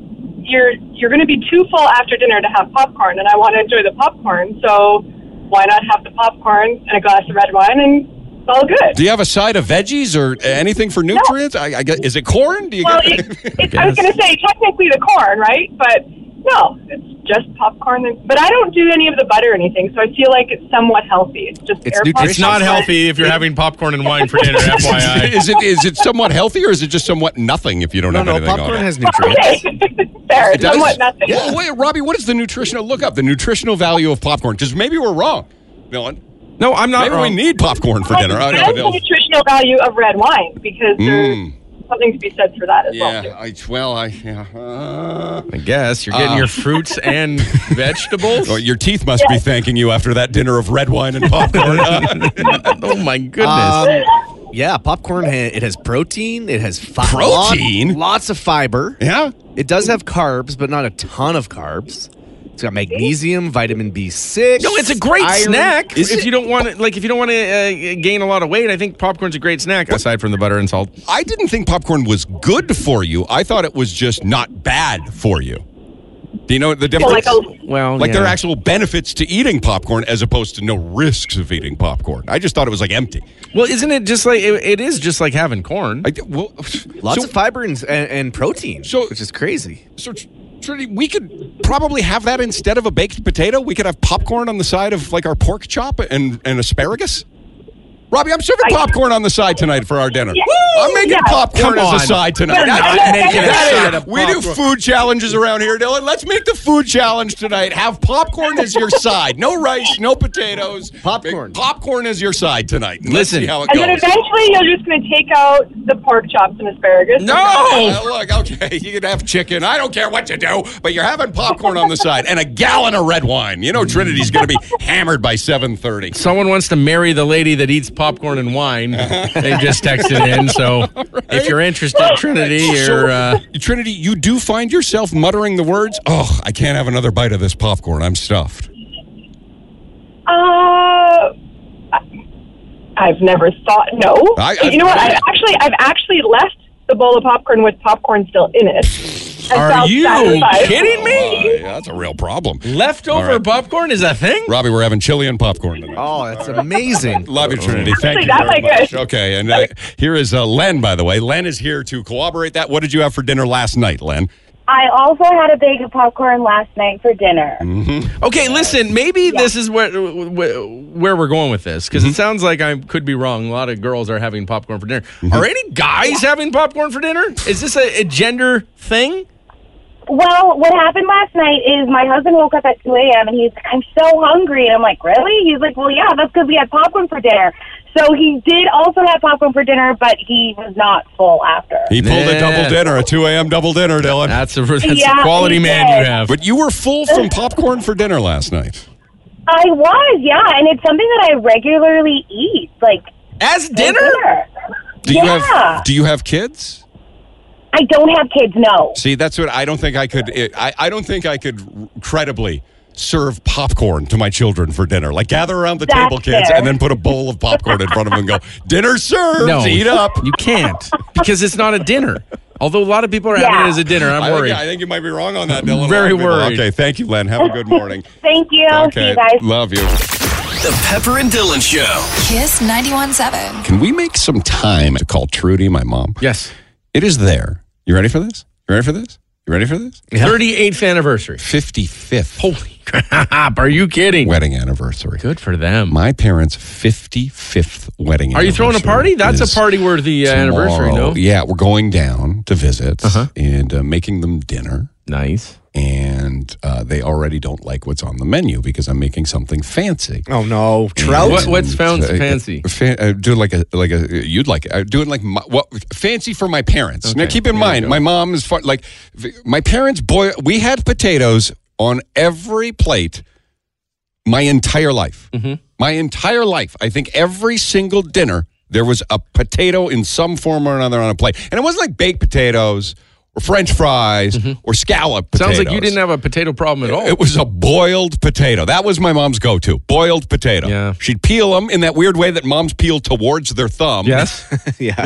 [SPEAKER 6] you're you're going to be too full after dinner to have popcorn, and I want to enjoy the popcorn. So why not have the popcorn and a glass of red wine, and it's all good.
[SPEAKER 3] Do you have a side of veggies or anything for nutrients? I, I guess, is it corn? Do you
[SPEAKER 6] well,
[SPEAKER 3] get- [LAUGHS]
[SPEAKER 6] it, [LAUGHS] it's I
[SPEAKER 4] Yes.
[SPEAKER 6] was going to say technically the corn, right? But no, it's just popcorn. and- But I don't do any of the butter or anything, so I feel like it's somewhat healthy. It's just
[SPEAKER 5] It's
[SPEAKER 6] air
[SPEAKER 5] nutri-
[SPEAKER 6] popcorn.
[SPEAKER 4] It's not healthy if you're having popcorn and wine for [LAUGHS] dinner. FYI.
[SPEAKER 3] is it is it somewhat healthy or is it just somewhat nothing if you don't
[SPEAKER 5] No,
[SPEAKER 3] have
[SPEAKER 5] no,
[SPEAKER 3] anything on
[SPEAKER 5] popcorn
[SPEAKER 3] it?
[SPEAKER 5] has
[SPEAKER 6] Well,
[SPEAKER 5] nutrients.
[SPEAKER 6] [LAUGHS] [LAUGHS] okay, fair.
[SPEAKER 3] It does?
[SPEAKER 6] Somewhat nothing.
[SPEAKER 3] Well, wait, Robbie, what is the nutritional look up? The nutritional value of popcorn? Because maybe we're wrong, Dylan.
[SPEAKER 4] No, I'm not
[SPEAKER 3] Maybe we
[SPEAKER 4] wrong.
[SPEAKER 3] need popcorn for
[SPEAKER 6] Well,
[SPEAKER 3] dinner. Oh,
[SPEAKER 6] That's
[SPEAKER 3] no,
[SPEAKER 6] the
[SPEAKER 3] no.
[SPEAKER 6] nutritional value of red wine because
[SPEAKER 3] Mm.
[SPEAKER 6] there's something to be said for that as well.
[SPEAKER 3] Yeah, I, well, I. Yeah. uh,
[SPEAKER 4] I guess you're getting
[SPEAKER 3] Ah.
[SPEAKER 4] your fruits and vegetables.
[SPEAKER 3] oh, your teeth must be thanking you after that dinner of red wine and popcorn. Uh,
[SPEAKER 4] oh my goodness.
[SPEAKER 5] Um, yeah, popcorn. Ha- it has protein. It has fi-
[SPEAKER 3] Protein?
[SPEAKER 5] lot- lots of fiber.
[SPEAKER 3] [LAUGHS] yeah.
[SPEAKER 5] It does have carbs, but not a ton of carbs. It's got magnesium, vitamin B six.
[SPEAKER 4] no, it's a great snack.
[SPEAKER 3] Is
[SPEAKER 4] if
[SPEAKER 3] it?
[SPEAKER 4] you don't want to, like, if you don't want to uh, gain a lot of weight, I think popcorn's a great snack. Aside from the butter and salt.
[SPEAKER 3] I didn't think popcorn was good for you. I thought it was just not bad for you. Do you know the
[SPEAKER 6] So
[SPEAKER 3] difference?
[SPEAKER 6] like a
[SPEAKER 5] oh,
[SPEAKER 4] Well,
[SPEAKER 3] Like there are actual benefits to eating popcorn as opposed to no risks of eating popcorn. I just thought it was like empty.
[SPEAKER 4] Well, isn't it just like it, it is just like having corn?
[SPEAKER 3] I, well,
[SPEAKER 5] Lots
[SPEAKER 3] so,
[SPEAKER 5] of fiber and, and, and protein,
[SPEAKER 3] So-
[SPEAKER 5] which is crazy.
[SPEAKER 3] so Tr- Trinity, we could probably have that instead of a baked potato. We could have popcorn on the side of like our pork chop and, and asparagus. Robbie, I'm serving
[SPEAKER 6] I-
[SPEAKER 3] popcorn on the side tonight for our dinner.
[SPEAKER 6] Yeah.
[SPEAKER 3] I'm making
[SPEAKER 6] Yeah.
[SPEAKER 3] popcorn
[SPEAKER 4] Come
[SPEAKER 3] as a
[SPEAKER 4] on.
[SPEAKER 3] side tonight.
[SPEAKER 6] We're not
[SPEAKER 3] That-
[SPEAKER 6] making a
[SPEAKER 3] that
[SPEAKER 4] side
[SPEAKER 3] is-
[SPEAKER 4] of
[SPEAKER 3] we do
[SPEAKER 4] popcorn.
[SPEAKER 3] food challenges around here, Dylan. Let's make the food challenge tonight. Have popcorn as
[SPEAKER 6] [LAUGHS]
[SPEAKER 3] your side. No rice, no potatoes.
[SPEAKER 5] Popcorn.
[SPEAKER 3] Make popcorn as your side tonight. Let's
[SPEAKER 4] Listen.
[SPEAKER 3] see how it
[SPEAKER 6] And
[SPEAKER 3] goes.
[SPEAKER 6] then eventually you're just going to take out the pork chops and asparagus.
[SPEAKER 3] Uh, look, okay, you can have chicken. I don't care what you do, but you're having popcorn on the side and a gallon of red wine. You know Trinity's going to be hammered by 7:30.
[SPEAKER 4] Someone wants to marry the lady that eats popcorn and wine. they just texted in. So if you're interested, Trinity, you're. Uh,
[SPEAKER 3] Trinity, you do find yourself muttering the words, "Oh, I can't have another bite of this popcorn. I'm stuffed."
[SPEAKER 6] Uh, I- I've never thought. No,
[SPEAKER 3] I-
[SPEAKER 6] you know what?
[SPEAKER 3] I-
[SPEAKER 6] I actually, I've actually left the bowl of popcorn with popcorn still in it. I
[SPEAKER 4] are
[SPEAKER 6] felt
[SPEAKER 4] you
[SPEAKER 6] satisfied.
[SPEAKER 4] kidding me?
[SPEAKER 3] Uh, that's a real problem.
[SPEAKER 4] Leftover
[SPEAKER 3] All right.
[SPEAKER 4] popcorn is a thing?
[SPEAKER 3] Robbie, we're having chili and popcorn tonight.
[SPEAKER 5] Oh, that's amazing.
[SPEAKER 3] Love you, Trinity. Thank you
[SPEAKER 6] That's
[SPEAKER 3] very
[SPEAKER 6] like
[SPEAKER 3] much.
[SPEAKER 6] good.
[SPEAKER 3] Okay, and uh, here is uh, Len. By the way, Len is here to corroborate that. What did you have for dinner last night, Len?
[SPEAKER 9] I also had a bag of popcorn last night for dinner.
[SPEAKER 4] [LAUGHS]
[SPEAKER 3] Mm.
[SPEAKER 4] Okay, listen. Maybe this is where where where we're going with this because it sounds like I could be wrong. A lot of girls are having popcorn for dinner. Are any guys having popcorn for dinner? Is this a, a gender thing?
[SPEAKER 9] Well, what happened last night is my husband woke up at 2 a.m. and he's like, I'm so hungry. And I'm like, really? He's like, well, yeah, that's because we had popcorn for dinner. So he did also have popcorn for dinner, but he was not full after.
[SPEAKER 3] He pulled a
[SPEAKER 4] Yeah.
[SPEAKER 3] double dinner, a two a.m. double dinner, Dylan.
[SPEAKER 4] That's a that's
[SPEAKER 9] Yeah,
[SPEAKER 4] a quality
[SPEAKER 9] he
[SPEAKER 4] man
[SPEAKER 9] did.
[SPEAKER 4] you have.
[SPEAKER 3] But you were full from popcorn for dinner last night.
[SPEAKER 9] I was, yeah. And it's something that I regularly eat, like
[SPEAKER 4] As
[SPEAKER 9] for
[SPEAKER 4] dinner?
[SPEAKER 3] Do you
[SPEAKER 9] yeah.
[SPEAKER 3] have Do you have kids?
[SPEAKER 9] I don't have kids, no.
[SPEAKER 3] See, that's what I don't think I could. It, I I don't think I could credibly serve popcorn to my children for dinner. Like gather around the
[SPEAKER 9] That's
[SPEAKER 3] table, kids,
[SPEAKER 9] fair.
[SPEAKER 3] and then put a bowl of popcorn in front of them and go, "Dinner served.
[SPEAKER 4] No,
[SPEAKER 3] Eat up."
[SPEAKER 4] You can't because it's not a dinner. Although a lot of people are having
[SPEAKER 9] Yeah.
[SPEAKER 4] it as a dinner. I'm
[SPEAKER 3] I think,
[SPEAKER 4] worried.
[SPEAKER 3] I think you might be wrong on that, Dylan.
[SPEAKER 4] Very
[SPEAKER 3] A lot of people-
[SPEAKER 4] worried.
[SPEAKER 3] Okay, thank you, Len. Have a good morning.
[SPEAKER 9] Thank you. See
[SPEAKER 3] okay,
[SPEAKER 9] you guys.
[SPEAKER 3] love you.
[SPEAKER 1] The Pepper and Dylan Show.
[SPEAKER 2] Kiss 917.
[SPEAKER 3] Can we make some time to call Trudy, my mom?
[SPEAKER 4] yes.
[SPEAKER 3] It is there. You ready for this? You ready for this? You ready for this?
[SPEAKER 4] 38th anniversary.
[SPEAKER 3] 55th
[SPEAKER 4] [LAUGHS] Holy crap! Are you kidding?
[SPEAKER 3] wedding anniversary.
[SPEAKER 4] Good for them.
[SPEAKER 3] My parents' 55th wedding
[SPEAKER 4] Are you throwing a party? That's
[SPEAKER 3] is
[SPEAKER 4] a party worthy uh, anniversary.
[SPEAKER 3] tomorrow.
[SPEAKER 4] No. Uh-huh.
[SPEAKER 3] Yeah, we're going down to visit and uh, making them dinner.
[SPEAKER 4] Nice.
[SPEAKER 3] And uh, they already don't like what's on the menu because I'm making something fancy.
[SPEAKER 5] Oh no,
[SPEAKER 3] And,
[SPEAKER 5] trout.
[SPEAKER 4] What- what's found
[SPEAKER 3] uh,
[SPEAKER 4] fancy?
[SPEAKER 3] Fan, uh, do like a like a you'd like it. Uh, doing like my, what fancy for my parents. now
[SPEAKER 4] Okay,
[SPEAKER 3] keep in
[SPEAKER 4] here we
[SPEAKER 3] mind,
[SPEAKER 4] go.
[SPEAKER 3] my mom is far, like v- my parents. Boy, we had potatoes on every plate my entire life.
[SPEAKER 4] Mm-hmm.
[SPEAKER 3] My entire life, I think every single dinner there was a potato in some form or another on a plate, and it wasn't like baked potatoes or French fries or scallop potatoes.
[SPEAKER 4] Mm-hmm. Sounds like you didn't have a potato problem at all.
[SPEAKER 3] It was a boiled potato. That was my mom's go-to. Boiled potato.
[SPEAKER 4] Yeah.
[SPEAKER 3] She'd peel them in that weird way that moms peel towards their thumb.
[SPEAKER 4] [LAUGHS] yes.
[SPEAKER 5] yeah.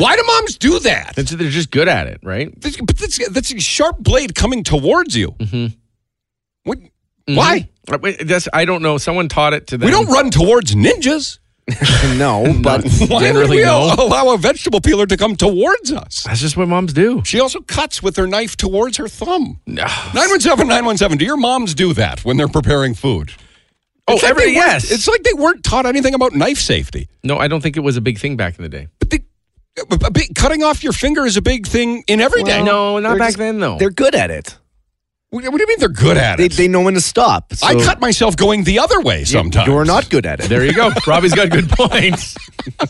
[SPEAKER 3] [LAUGHS] Why do moms do that?
[SPEAKER 4] That's, they're just good at it, right?
[SPEAKER 3] That's, but that's, that's a sharp blade coming towards you.
[SPEAKER 4] Mm-hmm.
[SPEAKER 3] What, Why?
[SPEAKER 4] Uh, wait, That's I don't know. Someone taught it to them.
[SPEAKER 3] We don't run towards
[SPEAKER 4] [LAUGHS]
[SPEAKER 3] ninjas.
[SPEAKER 5] [LAUGHS]
[SPEAKER 3] [LAUGHS]
[SPEAKER 5] No, but
[SPEAKER 3] Why
[SPEAKER 4] Generally,
[SPEAKER 3] would we
[SPEAKER 4] no.
[SPEAKER 3] allow a vegetable peeler to come towards us?
[SPEAKER 4] That's just what moms do.
[SPEAKER 3] She also cuts with her knife towards her
[SPEAKER 4] [SIGHS]
[SPEAKER 3] thumb. 917 917. Do your moms do that when they're preparing food?
[SPEAKER 4] Oh,
[SPEAKER 3] It's like
[SPEAKER 4] every-
[SPEAKER 3] they weren't-
[SPEAKER 4] yes.
[SPEAKER 3] It's like they weren't taught anything about knife safety.
[SPEAKER 4] No, I don't think it was a big thing back in the day.
[SPEAKER 3] But the, a- a big- cutting off your finger is a big thing in every day.
[SPEAKER 4] no, not
[SPEAKER 5] they're
[SPEAKER 4] back
[SPEAKER 5] just-
[SPEAKER 4] then though.
[SPEAKER 5] they're good at it.
[SPEAKER 3] What, what do you mean they're good at
[SPEAKER 5] They,
[SPEAKER 3] it?
[SPEAKER 5] they know when to stop. So
[SPEAKER 3] I cut myself going the other way sometimes.
[SPEAKER 5] You're not good at it.
[SPEAKER 4] There
[SPEAKER 3] [LAUGHS]
[SPEAKER 4] you go. Robbie's got good points.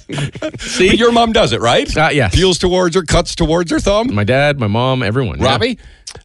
[SPEAKER 3] But your mom does it, right?
[SPEAKER 4] Uh, yes.
[SPEAKER 3] Peels towards her, cuts towards her thumb.
[SPEAKER 4] My dad, my mom, everyone. yeah.
[SPEAKER 3] Robbie,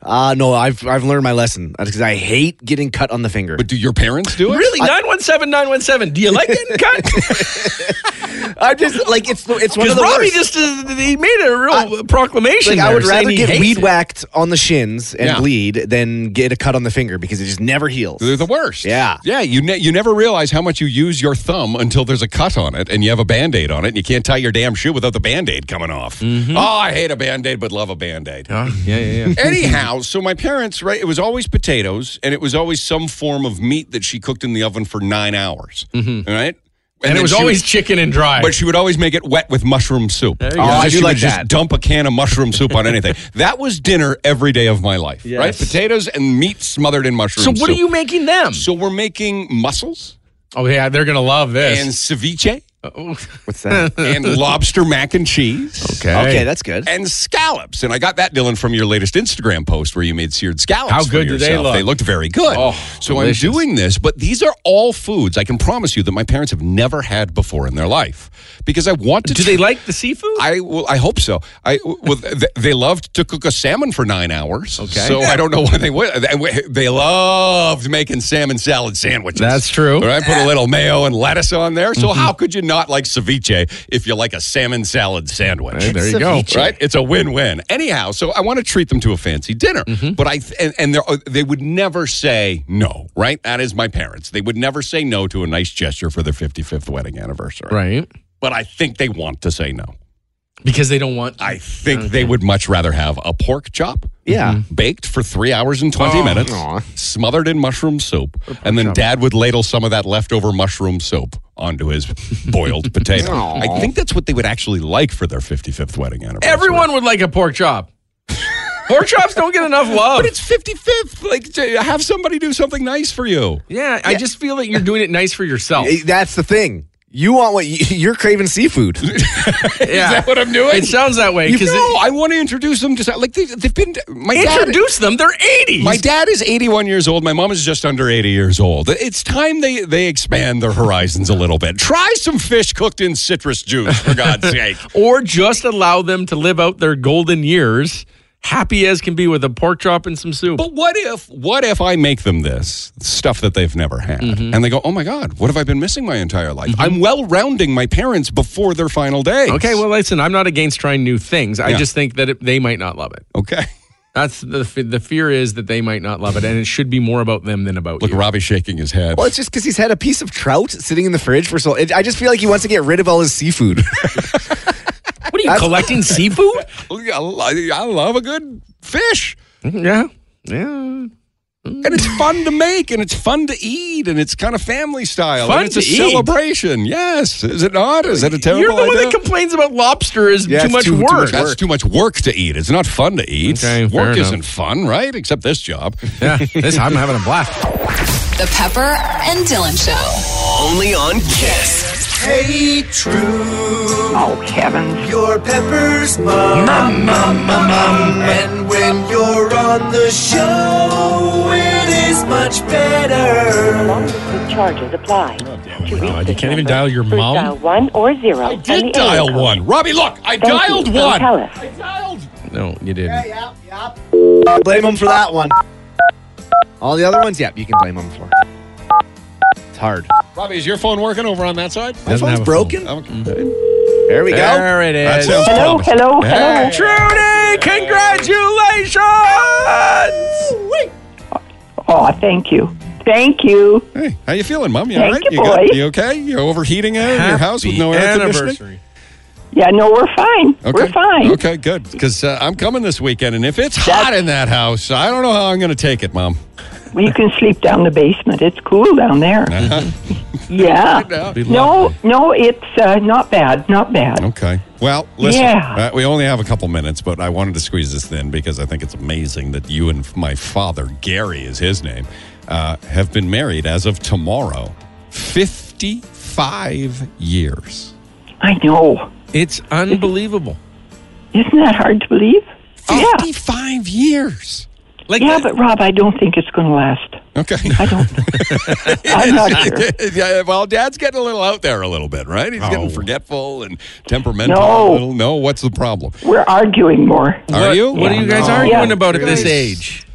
[SPEAKER 5] Uh, no, I've I've learned my lesson because I hate getting cut on the finger.
[SPEAKER 3] but do your parents do it?
[SPEAKER 4] Really? 917 917. Do you like getting cut?
[SPEAKER 5] I just like it's the- it's one
[SPEAKER 4] Because
[SPEAKER 5] of the
[SPEAKER 4] Robbie
[SPEAKER 5] worst.
[SPEAKER 4] just uh, he made a real
[SPEAKER 5] I-
[SPEAKER 4] proclamation.
[SPEAKER 5] like I
[SPEAKER 4] there
[SPEAKER 5] would
[SPEAKER 4] saying
[SPEAKER 5] rather
[SPEAKER 4] he
[SPEAKER 5] get
[SPEAKER 4] hates
[SPEAKER 5] weed
[SPEAKER 4] it.
[SPEAKER 5] whacked on the shins and
[SPEAKER 3] Yeah.
[SPEAKER 5] bleed than get a cut on the finger because it just never heals.
[SPEAKER 3] They're the worst.
[SPEAKER 5] Yeah.
[SPEAKER 3] Yeah. You, ne- you never realize how much you use your thumb until there's a cut on it and you have a band aid on it and you can't tie your damn shoe without the band aid coming off.
[SPEAKER 5] Mm-hmm.
[SPEAKER 3] Oh, I hate a band aid, but love a band aid.
[SPEAKER 4] Huh? Yeah, yeah, yeah.
[SPEAKER 3] Anyhow, so my parents, right, it was always potatoes and it was always some form of meat that she cooked in the oven for nine hours. Mm-hmm. Right?
[SPEAKER 4] and it
[SPEAKER 3] then
[SPEAKER 4] was
[SPEAKER 3] she
[SPEAKER 4] always
[SPEAKER 3] would-
[SPEAKER 4] chicken and dry.
[SPEAKER 3] but she would always make it wet with mushroom soup. Uh,
[SPEAKER 4] There you
[SPEAKER 3] So
[SPEAKER 4] go. Oh, I
[SPEAKER 3] she
[SPEAKER 5] do like
[SPEAKER 3] would
[SPEAKER 5] that.
[SPEAKER 3] just dump a can of mushroom soup on
[SPEAKER 4] [LAUGHS]
[SPEAKER 3] anything. That was dinner every day of my life, right?
[SPEAKER 4] Yes.
[SPEAKER 3] Potatoes and meat smothered in mushroom
[SPEAKER 4] so
[SPEAKER 3] soup.
[SPEAKER 4] what are you making them?
[SPEAKER 3] So we're making mussels
[SPEAKER 4] oh yeah, they're gonna love this.
[SPEAKER 3] and
[SPEAKER 4] [LAUGHS]
[SPEAKER 3] ceviche
[SPEAKER 5] What's that?
[SPEAKER 3] and lobster mac and cheese.
[SPEAKER 5] [LAUGHS] okay, that's good.
[SPEAKER 3] and scallops. And I got that, Dylan, from your latest Instagram post where you made seared scallops.
[SPEAKER 4] How
[SPEAKER 3] for
[SPEAKER 4] good do they
[SPEAKER 3] yourself.
[SPEAKER 4] look?
[SPEAKER 3] They looked very good.
[SPEAKER 4] Oh,
[SPEAKER 3] so
[SPEAKER 4] delicious.
[SPEAKER 3] I'm doing this, but these are all foods I can promise you that my parents have never had before in their life because I want to.
[SPEAKER 4] Do
[SPEAKER 3] tr-
[SPEAKER 4] they like the seafood?
[SPEAKER 3] I well, I hope so. I well, th- they loved to cook a salmon for nine hours.
[SPEAKER 4] Okay.
[SPEAKER 3] so I don't know why they would. They, they loved making salmon salad sandwiches.
[SPEAKER 4] That's true. Mm-hmm.
[SPEAKER 3] I put a little mayo and lettuce on there. So how could you not like ceviche if you like a salmon salad sandwich?
[SPEAKER 4] Hey, there you go.
[SPEAKER 5] Ceviche.
[SPEAKER 3] Right, it's a win-win. Anyhow, so I want to treat them to a fancy dinner,
[SPEAKER 5] Mm-hmm.
[SPEAKER 3] but I th- and, and they're- uh, they would never say no. Right, that is my parents. They would never say no to a nice gesture for their 55th wedding anniversary.
[SPEAKER 4] Right.
[SPEAKER 3] But I think they want to say no.
[SPEAKER 4] Because they don't want.
[SPEAKER 3] I think they would much rather have a pork chop. mm-hmm,
[SPEAKER 5] Yeah.
[SPEAKER 3] Baked for three hours and 20
[SPEAKER 5] Oh,
[SPEAKER 3] minutes,
[SPEAKER 5] aw.
[SPEAKER 3] smothered in mushroom soup. And then dad would ladle some of that leftover mushroom soup onto his
[SPEAKER 5] [LAUGHS]
[SPEAKER 3] boiled potato.
[SPEAKER 5] Aw.
[SPEAKER 3] I think that's what they would actually like for their 55th wedding anniversary.
[SPEAKER 4] Everyone would like a pork chop. pork chops don't get enough love.
[SPEAKER 3] But it's 55th. Like, to have somebody do something nice for you.
[SPEAKER 4] yeah, I just feel that you're doing it nice for yourself.
[SPEAKER 5] Eh, That's the thing. You want what you, [LAUGHS] you're craving
[SPEAKER 4] [LAUGHS]
[SPEAKER 5] seafood.
[SPEAKER 4] yeah.
[SPEAKER 3] that what I'm doing?
[SPEAKER 4] It sounds that way.
[SPEAKER 3] You
[SPEAKER 4] because
[SPEAKER 3] know, I want to introduce them to, like, they, they've been, my dad.
[SPEAKER 4] Introduce them. They're 80.
[SPEAKER 3] My dad is 81 years old. My mom is just under 80 years old. It's time they, they expand their horizons a little bit. Try some fish cooked in citrus juice, for
[SPEAKER 4] [LAUGHS]
[SPEAKER 3] God's sake.
[SPEAKER 4] or just allow them to live out their golden years happy as can be with a pork chop and some soup.
[SPEAKER 3] But what if what if I make them this stuff that they've never had,
[SPEAKER 4] Mm-hmm.
[SPEAKER 3] and they go, "Oh my God, what have I been missing my entire life? I'm well rounding my parents before their final days."
[SPEAKER 4] Okay, well, listen, I'm not against trying new things. I
[SPEAKER 3] Yeah.
[SPEAKER 4] just think that it, they might not love it.
[SPEAKER 3] okay.
[SPEAKER 4] That's the f- the fear is that they might not love it, and it should be more about them than about
[SPEAKER 3] Look,
[SPEAKER 4] you.
[SPEAKER 3] Robbie's shaking his head.
[SPEAKER 5] well, it's just because he's had a piece of trout sitting in the fridge for so. It, I just feel like he wants to get rid of all
[SPEAKER 4] [LAUGHS]
[SPEAKER 5] his seafood.
[SPEAKER 4] What are
[SPEAKER 3] [LAUGHS]
[SPEAKER 4] you collecting seafood?
[SPEAKER 3] I lo- I love a good fish.
[SPEAKER 4] Yeah, yeah.
[SPEAKER 3] And
[SPEAKER 4] Mm.
[SPEAKER 3] it's fun to make, and it's fun to eat, and it's kind of family style.
[SPEAKER 4] Fun
[SPEAKER 3] and it's a
[SPEAKER 4] to eat.
[SPEAKER 3] celebration. Yes, is it not? Is that a terrible
[SPEAKER 4] You're the one
[SPEAKER 3] idea?
[SPEAKER 4] that complains about lobster is
[SPEAKER 5] Yeah,
[SPEAKER 4] too,
[SPEAKER 5] it's
[SPEAKER 4] much
[SPEAKER 5] too- too
[SPEAKER 4] work.
[SPEAKER 5] much
[SPEAKER 3] That's too much work to eat. It's not fun to eat.
[SPEAKER 4] Okay, fair
[SPEAKER 3] work
[SPEAKER 4] enough.
[SPEAKER 3] isn't fun, right? Except this job.
[SPEAKER 4] yeah, this, I'm having a blast.
[SPEAKER 2] The Pepper and Dylan Show.
[SPEAKER 10] Only on Kiss.
[SPEAKER 1] Hey, true.
[SPEAKER 6] Oh, heavens.
[SPEAKER 1] Your pepper's mum. Mum, mum, mum, mum. And when you're on the show, it is much better.
[SPEAKER 6] Charges apply.
[SPEAKER 4] God, you can't even dial your mom.
[SPEAKER 6] one or zero.
[SPEAKER 3] I did dial one, Robbie. Look, I dialed one. I dialed.
[SPEAKER 4] No, you didn't.
[SPEAKER 5] blame him for that one. All the other ones, yep, you can blame him for. It's hard.
[SPEAKER 3] Robbie, is your phone working over on that side?
[SPEAKER 5] My
[SPEAKER 4] Doesn't
[SPEAKER 5] phone's
[SPEAKER 4] have a
[SPEAKER 5] broken. There we go.
[SPEAKER 4] There it
[SPEAKER 3] That
[SPEAKER 4] is.
[SPEAKER 3] sounds
[SPEAKER 6] Hello,
[SPEAKER 3] promising.
[SPEAKER 6] hello, hello.
[SPEAKER 4] Trudy, congratulations!
[SPEAKER 6] Oh, thank you. Thank you.
[SPEAKER 3] Hey, how you feeling, Mom? You all
[SPEAKER 6] Thank
[SPEAKER 3] right?
[SPEAKER 6] you,
[SPEAKER 3] you, good?
[SPEAKER 6] boy.
[SPEAKER 3] you okay? You're overheating out in your house with no
[SPEAKER 4] Happy
[SPEAKER 3] air conditioning.
[SPEAKER 6] Yeah, no, we're fine. We're fine.
[SPEAKER 3] Okay, good. Because uh, I'm coming this weekend, and if it's hot in that house, I don't know how I'm going to take it, Mom.
[SPEAKER 6] Well, you can sleep down the basement. It's cool
[SPEAKER 3] [LAUGHS]
[SPEAKER 6] down there.
[SPEAKER 3] Uh-huh.
[SPEAKER 6] [LAUGHS] yeah.
[SPEAKER 4] Be
[SPEAKER 6] No,
[SPEAKER 4] lovely.
[SPEAKER 6] no, it's uh, not bad. Not bad.
[SPEAKER 3] Okay. Well, listen,
[SPEAKER 6] Yeah.
[SPEAKER 3] uh, we only have a couple minutes, but I wanted to squeeze this in because I think it's amazing that you and my father, Gary is his name, uh, have been married as of tomorrow 55 years.
[SPEAKER 6] I know.
[SPEAKER 4] It's unbelievable.
[SPEAKER 6] Isn't that hard to believe?
[SPEAKER 3] Oh.
[SPEAKER 6] Yeah.
[SPEAKER 3] 55 years.
[SPEAKER 4] Like
[SPEAKER 6] Yeah, but Rob, I don't think it's going to last.
[SPEAKER 3] Okay. [LAUGHS]
[SPEAKER 6] I don't. I'm not sure.
[SPEAKER 3] yeah, well, Dad's getting a little out there a little bit, right? He's
[SPEAKER 4] Oh.
[SPEAKER 3] getting forgetful and temperamental.
[SPEAKER 6] No.
[SPEAKER 3] A little. No, what's the problem?
[SPEAKER 6] We're arguing more.
[SPEAKER 3] Are
[SPEAKER 4] what,
[SPEAKER 3] you?
[SPEAKER 4] What are you guys
[SPEAKER 3] No.
[SPEAKER 4] arguing
[SPEAKER 6] Yeah.
[SPEAKER 4] about at this
[SPEAKER 3] Guys.
[SPEAKER 4] age?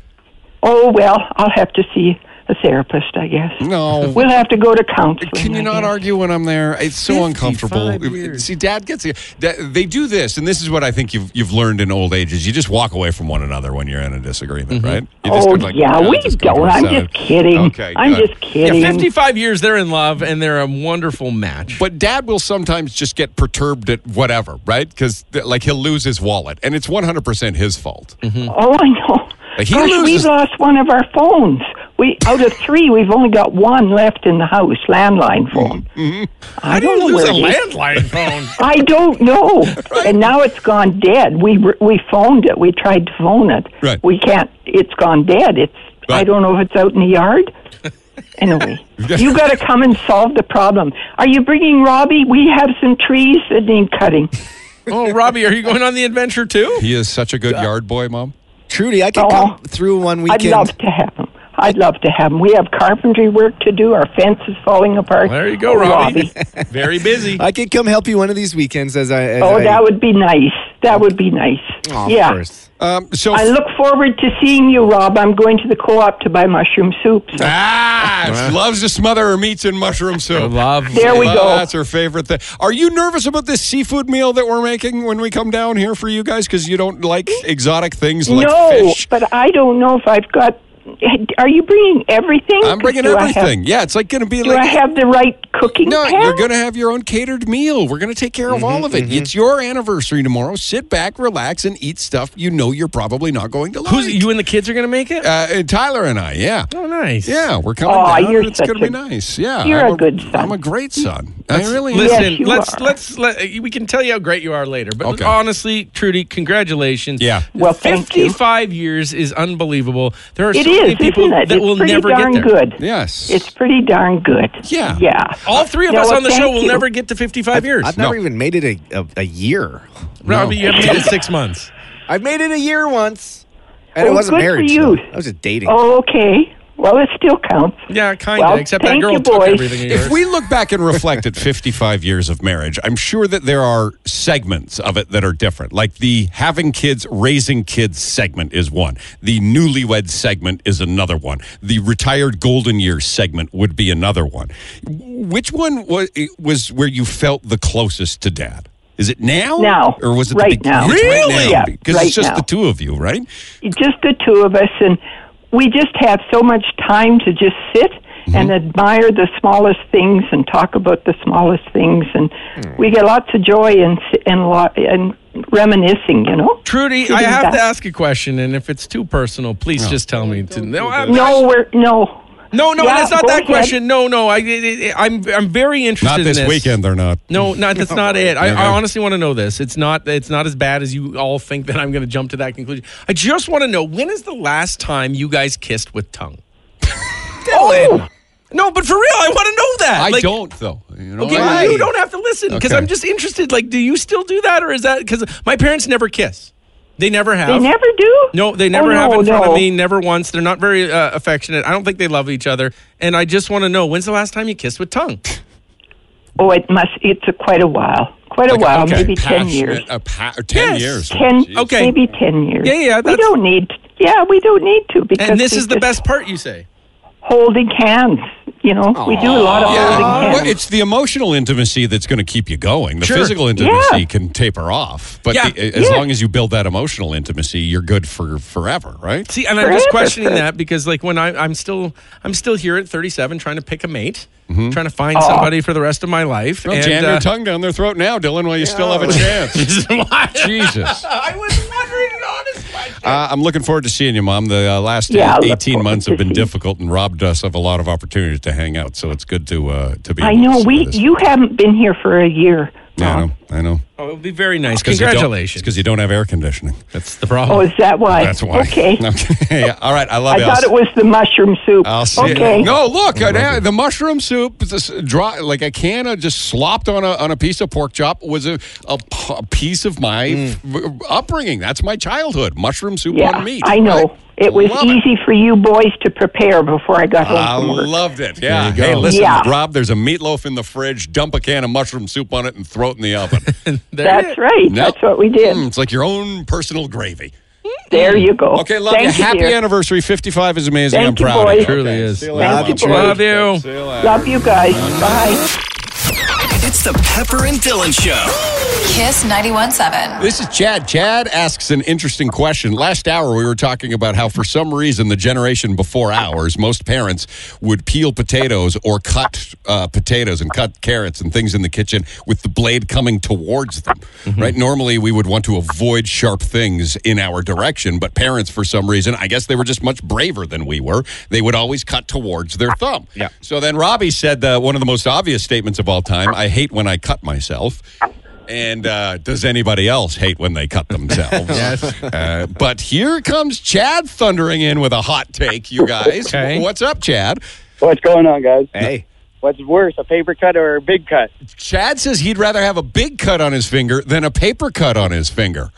[SPEAKER 6] Oh well, I'll have to see a therapist. I guess
[SPEAKER 3] No.
[SPEAKER 6] we'll have to go to counseling.
[SPEAKER 3] Can you
[SPEAKER 6] I
[SPEAKER 3] not
[SPEAKER 6] guess.
[SPEAKER 3] argue when I'm there? It's so
[SPEAKER 4] 55
[SPEAKER 3] uncomfortable.
[SPEAKER 4] years.
[SPEAKER 3] See, Dad gets it. Dad- They do this, and this is what I think you've you've learned in old age is you just walk away from one another when you're in a disagreement, right? You just
[SPEAKER 6] Oh
[SPEAKER 3] go like,
[SPEAKER 6] yeah,
[SPEAKER 3] "I'll
[SPEAKER 6] we
[SPEAKER 3] just go to
[SPEAKER 6] don't.
[SPEAKER 3] the
[SPEAKER 6] I'm
[SPEAKER 3] side."
[SPEAKER 6] just kidding.
[SPEAKER 3] Okay,
[SPEAKER 6] I'm
[SPEAKER 3] good.
[SPEAKER 6] just
[SPEAKER 4] Yeah,
[SPEAKER 6] kidding.
[SPEAKER 4] 55 years, they're in love, and they're a wonderful match.
[SPEAKER 3] But Dad will sometimes just get perturbed at whatever, right? Because like he'll lose his wallet, and it's 100 percent his fault.
[SPEAKER 6] Oh, I know.
[SPEAKER 3] Like, he
[SPEAKER 6] Gosh,
[SPEAKER 3] loses-
[SPEAKER 6] we lost one of our phones. We out of three, we've only got one left in the house, landline phone.
[SPEAKER 3] Mm-hmm.
[SPEAKER 6] I don't know where it is.
[SPEAKER 4] landline
[SPEAKER 6] [LAUGHS]
[SPEAKER 4] phone.
[SPEAKER 6] I don't know. And now it's gone dead. We re- we phoned it. We tried to phone it.
[SPEAKER 3] Right.
[SPEAKER 6] We can't. It's gone dead. It's. I
[SPEAKER 3] Right.
[SPEAKER 6] don't know if it's out in the yard.
[SPEAKER 3] [LAUGHS]
[SPEAKER 6] Anyway, you got to come and solve the problem. Are you bringing Robbie? We have some trees that need cutting.
[SPEAKER 4] oh, Robbie, are you going on the adventure too?
[SPEAKER 3] He is such a good yard boy, Mom.
[SPEAKER 5] Trudy, I can
[SPEAKER 6] Oh.
[SPEAKER 5] come through one
[SPEAKER 6] I'd
[SPEAKER 5] weekend.
[SPEAKER 6] love to have him. I'd love to have him. We have carpentry work to do. Our fence is falling apart.
[SPEAKER 4] There you go,
[SPEAKER 6] Oh,
[SPEAKER 4] Robbie. [LAUGHS] Very busy.
[SPEAKER 5] I could come help you one of these weekends as I. As
[SPEAKER 6] Oh,
[SPEAKER 5] I, [LAUGHS]
[SPEAKER 6] that would be nice. That would be nice.
[SPEAKER 5] Oh, of
[SPEAKER 6] yeah.
[SPEAKER 5] course.
[SPEAKER 3] Um, so
[SPEAKER 6] [LAUGHS] I look forward to seeing you, Rob. I'm going to the co-op to buy mushroom soup. So.
[SPEAKER 3] ah, loves to smother her meats in mushroom soup.
[SPEAKER 4] Love.
[SPEAKER 6] There we
[SPEAKER 3] Well,
[SPEAKER 6] go.
[SPEAKER 3] That's her favorite thing. Are you nervous about this seafood meal that we're making when we come down here for you guys? Because you don't like exotic things like
[SPEAKER 6] no,
[SPEAKER 3] fish.
[SPEAKER 6] but I don't know if I've got. Are you bringing everything?
[SPEAKER 3] I'm bringing
[SPEAKER 6] Do I have-
[SPEAKER 3] everything. yeah, it's like going to be
[SPEAKER 6] do
[SPEAKER 3] like.
[SPEAKER 6] I have the right cooking
[SPEAKER 3] no,
[SPEAKER 6] pan?
[SPEAKER 3] you're going to have your own catered meal. We're going to take care of
[SPEAKER 4] Mm-hmm,
[SPEAKER 3] all of it. It's your anniversary tomorrow. Sit back, relax, and eat stuff you know you're probably not going to like.
[SPEAKER 4] Who's you and the kids are gonna make it?
[SPEAKER 3] Uh, uh, Tyler and I, yeah.
[SPEAKER 4] oh, nice.
[SPEAKER 3] Yeah, we're coming
[SPEAKER 6] Aw,
[SPEAKER 3] down.
[SPEAKER 6] you're
[SPEAKER 3] and it's
[SPEAKER 6] such
[SPEAKER 3] going to be
[SPEAKER 6] a-
[SPEAKER 3] nice. Yeah,
[SPEAKER 6] you're
[SPEAKER 3] I'm
[SPEAKER 6] a good son.
[SPEAKER 3] I'm a great son. I really am.
[SPEAKER 4] Listen,
[SPEAKER 6] Yes, you
[SPEAKER 4] let's
[SPEAKER 6] are.
[SPEAKER 4] let's let we can tell you how great you are later. But
[SPEAKER 3] Okay.
[SPEAKER 4] honestly, Trudy, congratulations.
[SPEAKER 3] Yeah.
[SPEAKER 6] Well, thank you.
[SPEAKER 4] Fifty-five years is unbelievable. There are
[SPEAKER 6] It
[SPEAKER 4] so many
[SPEAKER 6] is,
[SPEAKER 4] people
[SPEAKER 6] isn't it?
[SPEAKER 4] that
[SPEAKER 6] it's
[SPEAKER 4] will
[SPEAKER 6] pretty
[SPEAKER 4] never
[SPEAKER 6] darn
[SPEAKER 4] get there.
[SPEAKER 6] good.
[SPEAKER 3] Yes.
[SPEAKER 6] It's pretty darn good.
[SPEAKER 3] Yeah.
[SPEAKER 6] Yeah.
[SPEAKER 4] All three of
[SPEAKER 6] No,
[SPEAKER 4] us
[SPEAKER 6] well,
[SPEAKER 4] on the show
[SPEAKER 6] thank
[SPEAKER 4] will
[SPEAKER 6] you.
[SPEAKER 4] never get to fifty-five years.
[SPEAKER 5] I've never even made it a, a, a year.
[SPEAKER 4] Robbie, you haven't been in six months.
[SPEAKER 5] I've made it a year once, and
[SPEAKER 6] Oh,
[SPEAKER 5] it wasn't
[SPEAKER 6] good for
[SPEAKER 5] marriage.
[SPEAKER 6] you. Oh.
[SPEAKER 5] though. I was just dating.
[SPEAKER 6] Okay. Well, it still counts.
[SPEAKER 4] Yeah, kind of.
[SPEAKER 6] Well,
[SPEAKER 4] except that
[SPEAKER 6] thank
[SPEAKER 4] girl
[SPEAKER 6] you,
[SPEAKER 4] took
[SPEAKER 6] boys.
[SPEAKER 4] everything of yours.
[SPEAKER 3] If we look back and reflect at 55 years of marriage, I'm sure that there are segments of it that are different. Like the having kids, raising kids segment is one. The newlywed segment is another one. The retired golden years segment would be another one. Which one was, was where you felt the closest to dad? Is it now?
[SPEAKER 6] Now.
[SPEAKER 3] Or was it
[SPEAKER 6] Right
[SPEAKER 3] the
[SPEAKER 6] now.
[SPEAKER 3] It's
[SPEAKER 6] Really? Yeah,
[SPEAKER 3] Because
[SPEAKER 6] right
[SPEAKER 3] it's just
[SPEAKER 6] now.
[SPEAKER 3] the two of you, right?
[SPEAKER 6] [LAUGHS] just the two of us and we just have so much time to just sit
[SPEAKER 5] Mm-hmm.
[SPEAKER 6] and admire the smallest things and talk about the smallest things and
[SPEAKER 4] Hmm.
[SPEAKER 6] we get lots of joy and and lo- and reminiscing you know
[SPEAKER 4] Trudy, I
[SPEAKER 6] Sitting
[SPEAKER 4] have to
[SPEAKER 6] back.
[SPEAKER 4] ask a question, and if it's too personal, please just tell me to. No, I-
[SPEAKER 6] no we're no
[SPEAKER 4] no, no,
[SPEAKER 6] Yeah,
[SPEAKER 4] it's not
[SPEAKER 6] go
[SPEAKER 4] that
[SPEAKER 6] ahead.
[SPEAKER 4] question. No, no, I, I, I- I'm, I'm very interested.
[SPEAKER 3] Not
[SPEAKER 4] in
[SPEAKER 3] this,
[SPEAKER 4] this
[SPEAKER 3] weekend, they're not.
[SPEAKER 4] No, not that's not it. I, I honestly want to know this. It's not it's not as bad as you all think that I'm going to jump to that conclusion. I just want to know when is the last time you guys kissed with tongue?
[SPEAKER 6] oh,
[SPEAKER 4] No, but for real, I want to know that.
[SPEAKER 3] I
[SPEAKER 4] Like,
[SPEAKER 3] don't, though. You know
[SPEAKER 4] Okay,
[SPEAKER 3] what I
[SPEAKER 4] well,
[SPEAKER 3] mean?
[SPEAKER 4] you don't have to listen because
[SPEAKER 3] Okay.
[SPEAKER 4] I'm just interested. Like, do you still do that, or is that because my parents never kiss? They never have.
[SPEAKER 6] they never do
[SPEAKER 4] No, they never
[SPEAKER 6] oh,
[SPEAKER 4] have
[SPEAKER 6] no,
[SPEAKER 4] in front
[SPEAKER 6] no.
[SPEAKER 4] of me. Never once. They're not very uh, affectionate. I don't think they love each other. And I just want to know when's the last time you kissed with tongue?
[SPEAKER 6] oh it must it's a, quite a while quite a
[SPEAKER 3] Like,
[SPEAKER 6] while
[SPEAKER 3] okay,
[SPEAKER 6] maybe 10
[SPEAKER 3] passionate-
[SPEAKER 6] years
[SPEAKER 3] a pa- 10
[SPEAKER 4] Yes.
[SPEAKER 3] years.
[SPEAKER 6] Ten,
[SPEAKER 4] Okay.
[SPEAKER 6] maybe ten years.
[SPEAKER 4] Yeah, yeah,
[SPEAKER 6] We
[SPEAKER 4] that's-
[SPEAKER 6] don't need. Yeah, we don't need to because
[SPEAKER 4] And this
[SPEAKER 6] we
[SPEAKER 4] is the
[SPEAKER 6] just
[SPEAKER 4] best part, you say.
[SPEAKER 6] holding hands. You know, we do a lot of holding hands.
[SPEAKER 3] Well, it's the emotional intimacy that's going to keep you going. The
[SPEAKER 4] Sure.
[SPEAKER 3] physical intimacy
[SPEAKER 6] Yeah.
[SPEAKER 3] can taper off, but
[SPEAKER 4] Yeah.
[SPEAKER 3] the, as
[SPEAKER 6] Yeah.
[SPEAKER 3] long as you build that emotional intimacy, you're good for forever, right?
[SPEAKER 4] See, and I'm just
[SPEAKER 6] Forever.
[SPEAKER 4] questioning that because, like, when I, I'm still, I'm still here at 37, trying to pick a mate, trying to find somebody for the rest of my life.
[SPEAKER 3] Mm-hmm. Well,
[SPEAKER 4] and,
[SPEAKER 3] jam your
[SPEAKER 4] uh,
[SPEAKER 3] tongue down their throat now, Dylan, while you still have a
[SPEAKER 6] [LAUGHS]
[SPEAKER 3] chance. Jesus.
[SPEAKER 4] I was wondering, honestly.
[SPEAKER 3] Uh, I'm looking forward to seeing you, Mom. The uh, last
[SPEAKER 6] Yeah, I look
[SPEAKER 3] 18
[SPEAKER 6] forward
[SPEAKER 3] months
[SPEAKER 6] to
[SPEAKER 3] have been
[SPEAKER 6] seeing you.
[SPEAKER 3] difficult and robbed us of a lot of opportunities to hang out. So it's good to uh, to be.
[SPEAKER 6] I
[SPEAKER 3] able to
[SPEAKER 6] know
[SPEAKER 3] see
[SPEAKER 6] we
[SPEAKER 3] this.
[SPEAKER 6] you haven't been here for a year.
[SPEAKER 3] Yeah, I
[SPEAKER 6] Tom.
[SPEAKER 3] know. I know.
[SPEAKER 4] Oh, it would be very nice.
[SPEAKER 3] 'Cause you don't-
[SPEAKER 4] Congratulations.
[SPEAKER 3] It's because you don't have air conditioning. [LAUGHS]
[SPEAKER 4] That's the
[SPEAKER 6] Oh,
[SPEAKER 4] problem.
[SPEAKER 6] is that why?
[SPEAKER 3] That's why. [LAUGHS]
[SPEAKER 6] Okay.
[SPEAKER 3] Okay. All right. I love
[SPEAKER 6] I
[SPEAKER 3] you.
[SPEAKER 6] thought it was the mushroom soup.
[SPEAKER 3] I'll see.
[SPEAKER 6] okay.
[SPEAKER 3] No, look, I- the mushroom soup, is this dry, like a can of just slopped on a on a piece of pork chop, was a, a, p- a piece of my
[SPEAKER 4] Mm.
[SPEAKER 3] f- upbringing. That's my childhood. Mushroom soup
[SPEAKER 6] Yeah,
[SPEAKER 3] on meat.
[SPEAKER 6] I know. it was
[SPEAKER 3] love it.
[SPEAKER 6] easy for you boys to prepare before I got home
[SPEAKER 3] I
[SPEAKER 6] from work.
[SPEAKER 3] loved it. Yeah.
[SPEAKER 4] There you
[SPEAKER 3] Hey,
[SPEAKER 4] go.
[SPEAKER 3] listen,
[SPEAKER 6] Yeah.
[SPEAKER 3] Rob. There's a meatloaf in the fridge. Dump a can of mushroom soup on it and throw it in the
[SPEAKER 6] [LAUGHS]
[SPEAKER 3] oven.
[SPEAKER 4] There it is.
[SPEAKER 6] That's right.
[SPEAKER 3] No.
[SPEAKER 6] That's what we did.
[SPEAKER 3] Mm, it's like your own personal gravy.
[SPEAKER 6] There you go.
[SPEAKER 3] Okay, love
[SPEAKER 6] Oh, Thank
[SPEAKER 3] you. Happy
[SPEAKER 6] dear.
[SPEAKER 3] anniversary. 55 is amazing.
[SPEAKER 6] Thank
[SPEAKER 3] I'm
[SPEAKER 6] you,
[SPEAKER 3] proud. of
[SPEAKER 6] boys.
[SPEAKER 3] you.
[SPEAKER 4] Truly
[SPEAKER 3] Okay,
[SPEAKER 4] is.
[SPEAKER 3] see you later,
[SPEAKER 6] Thank you,
[SPEAKER 3] Mom.
[SPEAKER 6] boys.
[SPEAKER 4] Love you.
[SPEAKER 3] See you later.
[SPEAKER 6] Love you guys.
[SPEAKER 3] Mm.
[SPEAKER 6] Bye.
[SPEAKER 1] It's the Pepper and Dylan Show.
[SPEAKER 2] Kiss 917.
[SPEAKER 3] This is Chad. Chad asks an interesting question. Last hour, we were talking about how, for some reason, the generation before ours, most parents would peel potatoes or cut uh, potatoes and cut carrots and things in the kitchen with the blade coming towards them. Right? Normally, we would want to avoid sharp things in our direction, but parents, for some reason, I guess they were just much braver than we were. They would always cut towards their thumb.
[SPEAKER 5] Yeah.
[SPEAKER 3] So then Robbie said uh, one of the most obvious statements of all time I hate when I cut myself. And uh, does anybody else hate when they cut themselves? yes. Uh, but here comes Chad thundering in with a hot take, you guys.
[SPEAKER 4] Okay.
[SPEAKER 3] What's up, Chad?
[SPEAKER 7] What's going on, guys?
[SPEAKER 5] Hey,
[SPEAKER 7] What's worse, a paper cut or a big cut?
[SPEAKER 3] Chad says he'd rather have a big cut on his finger than a paper cut on his finger.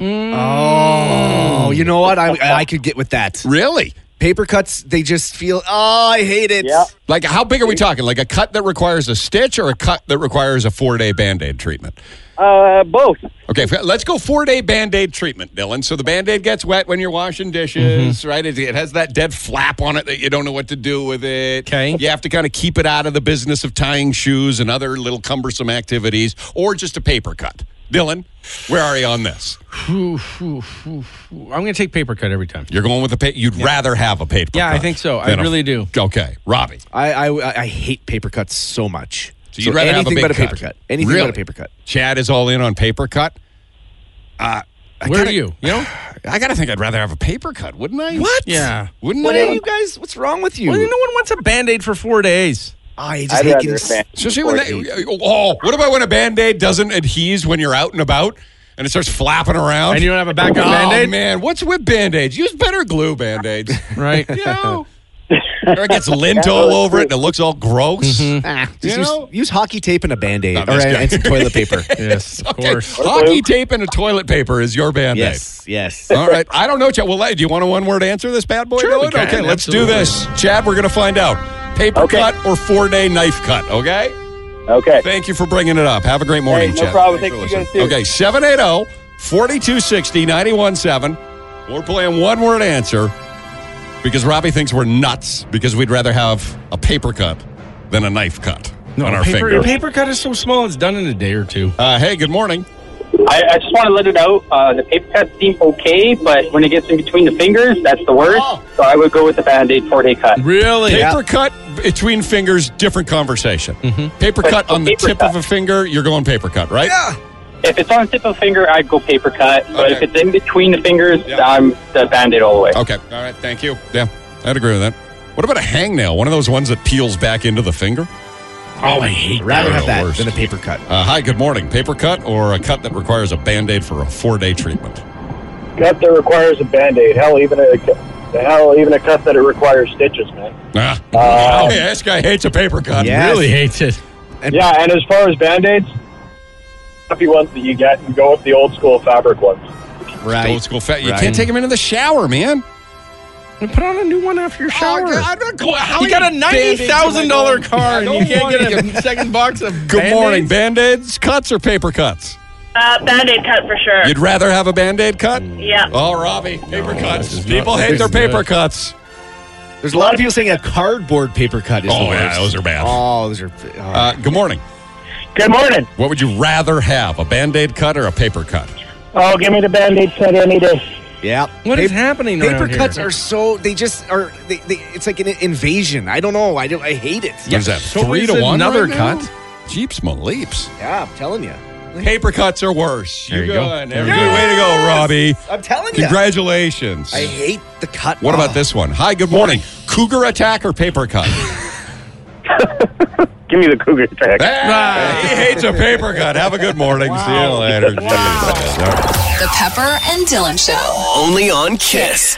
[SPEAKER 5] oh, you know what? I I could get with that.
[SPEAKER 3] Really?
[SPEAKER 5] Paper cuts, they just feel, oh, I hate it.
[SPEAKER 7] Yeah.
[SPEAKER 3] Like, how big are we talking? Like a cut that requires a stitch or a cut that requires a four day band aid treatment?
[SPEAKER 7] Uh, both.
[SPEAKER 3] Okay, f- let's go four day band aid treatment, Dylan. So the band aid gets wet when you're washing dishes, right? It, it has that dead flap on it that you don't know what to do with it.
[SPEAKER 4] 'Kay.
[SPEAKER 3] You have to kind of keep it out of the business of tying shoes and other little cumbersome activities or just a paper cut. Dylan, where are you on this?
[SPEAKER 4] Ooh, ooh, ooh, ooh. I'm going to take paper cut every time.
[SPEAKER 3] You're going with a paper. You'd rather have a paper.
[SPEAKER 4] Yeah, I
[SPEAKER 3] cut
[SPEAKER 4] think so. I
[SPEAKER 3] than a-
[SPEAKER 4] really do.
[SPEAKER 3] Okay, Robbie.
[SPEAKER 5] I, I, I hate paper cuts so much.
[SPEAKER 3] So you'd rather have a
[SPEAKER 5] anything
[SPEAKER 3] big
[SPEAKER 5] but a
[SPEAKER 3] cut.
[SPEAKER 5] paper cut. Anything
[SPEAKER 3] Really?
[SPEAKER 5] but a paper cut.
[SPEAKER 3] Chad is all in on paper cut. Uh, I
[SPEAKER 4] Where
[SPEAKER 3] kinda-
[SPEAKER 4] are you? You know?
[SPEAKER 3] [SIGHS] I gotta think I'd rather have a paper cut, wouldn't I?
[SPEAKER 5] What?
[SPEAKER 4] Yeah.
[SPEAKER 3] Wouldn't
[SPEAKER 5] What
[SPEAKER 3] I?
[SPEAKER 5] are you guys? What's wrong with you?
[SPEAKER 4] Well, no one wants a band aid for four days.
[SPEAKER 5] I just
[SPEAKER 7] I'd
[SPEAKER 5] hate
[SPEAKER 7] rather
[SPEAKER 5] getting
[SPEAKER 7] a band-
[SPEAKER 3] Especially when they, oh, what about when a band aid doesn't adhese when you're out and about and it starts flapping around?
[SPEAKER 4] And you don't have a backup
[SPEAKER 3] oh,
[SPEAKER 4] band aid?
[SPEAKER 3] man, what's with band aids? Use better glue band aids.
[SPEAKER 4] [LAUGHS] Right.
[SPEAKER 3] You know? or it gets lint all over it and it looks all gross.
[SPEAKER 4] Mm-hmm.
[SPEAKER 5] Ah, just
[SPEAKER 3] You
[SPEAKER 5] use,
[SPEAKER 3] know?
[SPEAKER 5] use hockey tape and a band aid,
[SPEAKER 3] No,
[SPEAKER 5] or
[SPEAKER 3] that's
[SPEAKER 5] and
[SPEAKER 3] good.
[SPEAKER 5] and some toilet paper.
[SPEAKER 4] [LAUGHS] Yes,
[SPEAKER 5] [LAUGHS]
[SPEAKER 4] of
[SPEAKER 3] Okay,
[SPEAKER 4] course.
[SPEAKER 3] Hockey tape and a toilet paper is your band aid.
[SPEAKER 5] yes, yes.
[SPEAKER 3] All right. I don't know, Chad. Well, do you want a one word answer this bad boy?
[SPEAKER 4] Sure, we
[SPEAKER 3] Dylan?
[SPEAKER 4] can.
[SPEAKER 3] okay, let's do
[SPEAKER 4] Absolutely.
[SPEAKER 3] this. Chad, we're going to find out. Paper
[SPEAKER 7] Okay.
[SPEAKER 3] cut or four day knife cut, okay?
[SPEAKER 7] Okay.
[SPEAKER 3] Thank you for bringing it up. Have a great morning,
[SPEAKER 7] Hey, no
[SPEAKER 3] Chad.
[SPEAKER 7] problem.
[SPEAKER 3] Thanks
[SPEAKER 7] Thank
[SPEAKER 3] for
[SPEAKER 7] you
[SPEAKER 3] listening.
[SPEAKER 7] guys, too.
[SPEAKER 3] Okay, oh, 780 4260 917. We're playing one word answer because Robbie thinks we're nuts because we'd rather have a paper cut than a knife cut on our
[SPEAKER 4] paper,
[SPEAKER 3] finger.
[SPEAKER 4] paper cut is so small, it's done in a day or two.
[SPEAKER 3] Uh, hey, good morning.
[SPEAKER 11] I, I just want to let it out. Uh, the paper cuts seem okay, but when it gets in between the fingers, that's the worst.
[SPEAKER 3] Oh.
[SPEAKER 11] So I would go with the band aid four day cut.
[SPEAKER 4] Really?
[SPEAKER 3] Paper cut between fingers, different conversation. Paper
[SPEAKER 11] But
[SPEAKER 3] cut
[SPEAKER 11] the
[SPEAKER 3] on the
[SPEAKER 11] paper
[SPEAKER 3] tip
[SPEAKER 11] cut-
[SPEAKER 3] of a finger, you're going paper cut, right?
[SPEAKER 11] If it's on the tip of a finger, I'd go paper cut. But
[SPEAKER 3] Okay.
[SPEAKER 11] if it's in between the fingers,
[SPEAKER 3] Yeah.
[SPEAKER 11] I'm the band aid all the way.
[SPEAKER 3] Okay. All right. Thank you. Yeah, I'd agree with that. What about a hangnail? One of those ones that peels back into the finger?
[SPEAKER 4] Oh, I hate
[SPEAKER 5] I'd rather
[SPEAKER 3] They're the
[SPEAKER 5] have that
[SPEAKER 3] worst.
[SPEAKER 5] than a paper cut.
[SPEAKER 3] Uh, hi, good morning. Paper cut or a cut that requires a band aid for a four day treatment?
[SPEAKER 7] Cut that requires a band aid. Hell, even a hell, even a cut that it requires stitches, man.
[SPEAKER 3] Ah.
[SPEAKER 4] Oh.
[SPEAKER 7] Uh,
[SPEAKER 3] Hey, this guy hates a paper cut.
[SPEAKER 5] Yes.
[SPEAKER 4] Really hates it.
[SPEAKER 7] Yeah, and as far as band aids, happy ones that you get, and go with the old school fabric ones.
[SPEAKER 3] Right. Old school fat. You can't take him into the shower, man.
[SPEAKER 4] And put on a new one after your
[SPEAKER 5] Oh,
[SPEAKER 4] shower.
[SPEAKER 3] you
[SPEAKER 4] you got a ninety thousand dollar car, and you can't get a second box of.
[SPEAKER 3] Good
[SPEAKER 4] Band-Aids?
[SPEAKER 3] morning. Band aids, cuts, or paper cuts?
[SPEAKER 9] Uh, band aid cut for sure.
[SPEAKER 3] You'd rather have a band aid cut?
[SPEAKER 9] Yeah.
[SPEAKER 3] Oh, Robbie, paper cuts.
[SPEAKER 4] is not-
[SPEAKER 3] People hate
[SPEAKER 4] this
[SPEAKER 3] their
[SPEAKER 4] is good.
[SPEAKER 3] paper cuts.
[SPEAKER 5] There's a lot of people saying a cardboard paper cut is the
[SPEAKER 3] Oh, yeah,
[SPEAKER 5] worst.
[SPEAKER 3] those are bad.
[SPEAKER 5] Oh, those are. Oh.
[SPEAKER 3] Uh, good morning.
[SPEAKER 11] Good morning.
[SPEAKER 3] What would you rather have, a band aid cut or a paper cut?
[SPEAKER 11] Oh, give me the band aid cut any day.
[SPEAKER 5] yeah.
[SPEAKER 4] What is happening
[SPEAKER 5] Paper
[SPEAKER 4] around here?
[SPEAKER 5] cuts are so. They just are. They, they, it's like an invasion. I don't know. I don't. I hate it.
[SPEAKER 3] There's that
[SPEAKER 4] so
[SPEAKER 3] three
[SPEAKER 4] is
[SPEAKER 3] to one?
[SPEAKER 4] another
[SPEAKER 3] right now?
[SPEAKER 4] cut?
[SPEAKER 3] Jeeps Maleeps.
[SPEAKER 5] Yeah, I'm telling you.
[SPEAKER 3] Paper cuts are worse.
[SPEAKER 4] There you go.
[SPEAKER 3] good.
[SPEAKER 4] There
[SPEAKER 3] Every-
[SPEAKER 4] you go.
[SPEAKER 3] Way to go, Robbie.
[SPEAKER 5] I'm telling you.
[SPEAKER 3] Congratulations.
[SPEAKER 5] I hate the cut.
[SPEAKER 3] What
[SPEAKER 5] Oh.
[SPEAKER 3] about this one? Hi, good morning. Cougar attack or paper cut?
[SPEAKER 8] Give me the cougar tag.
[SPEAKER 3] Ah, he hates a paper cut. Have a good morning. See you later. Jeez. All right.
[SPEAKER 2] The Pepper and Dylan Show.
[SPEAKER 1] Only on Kiss.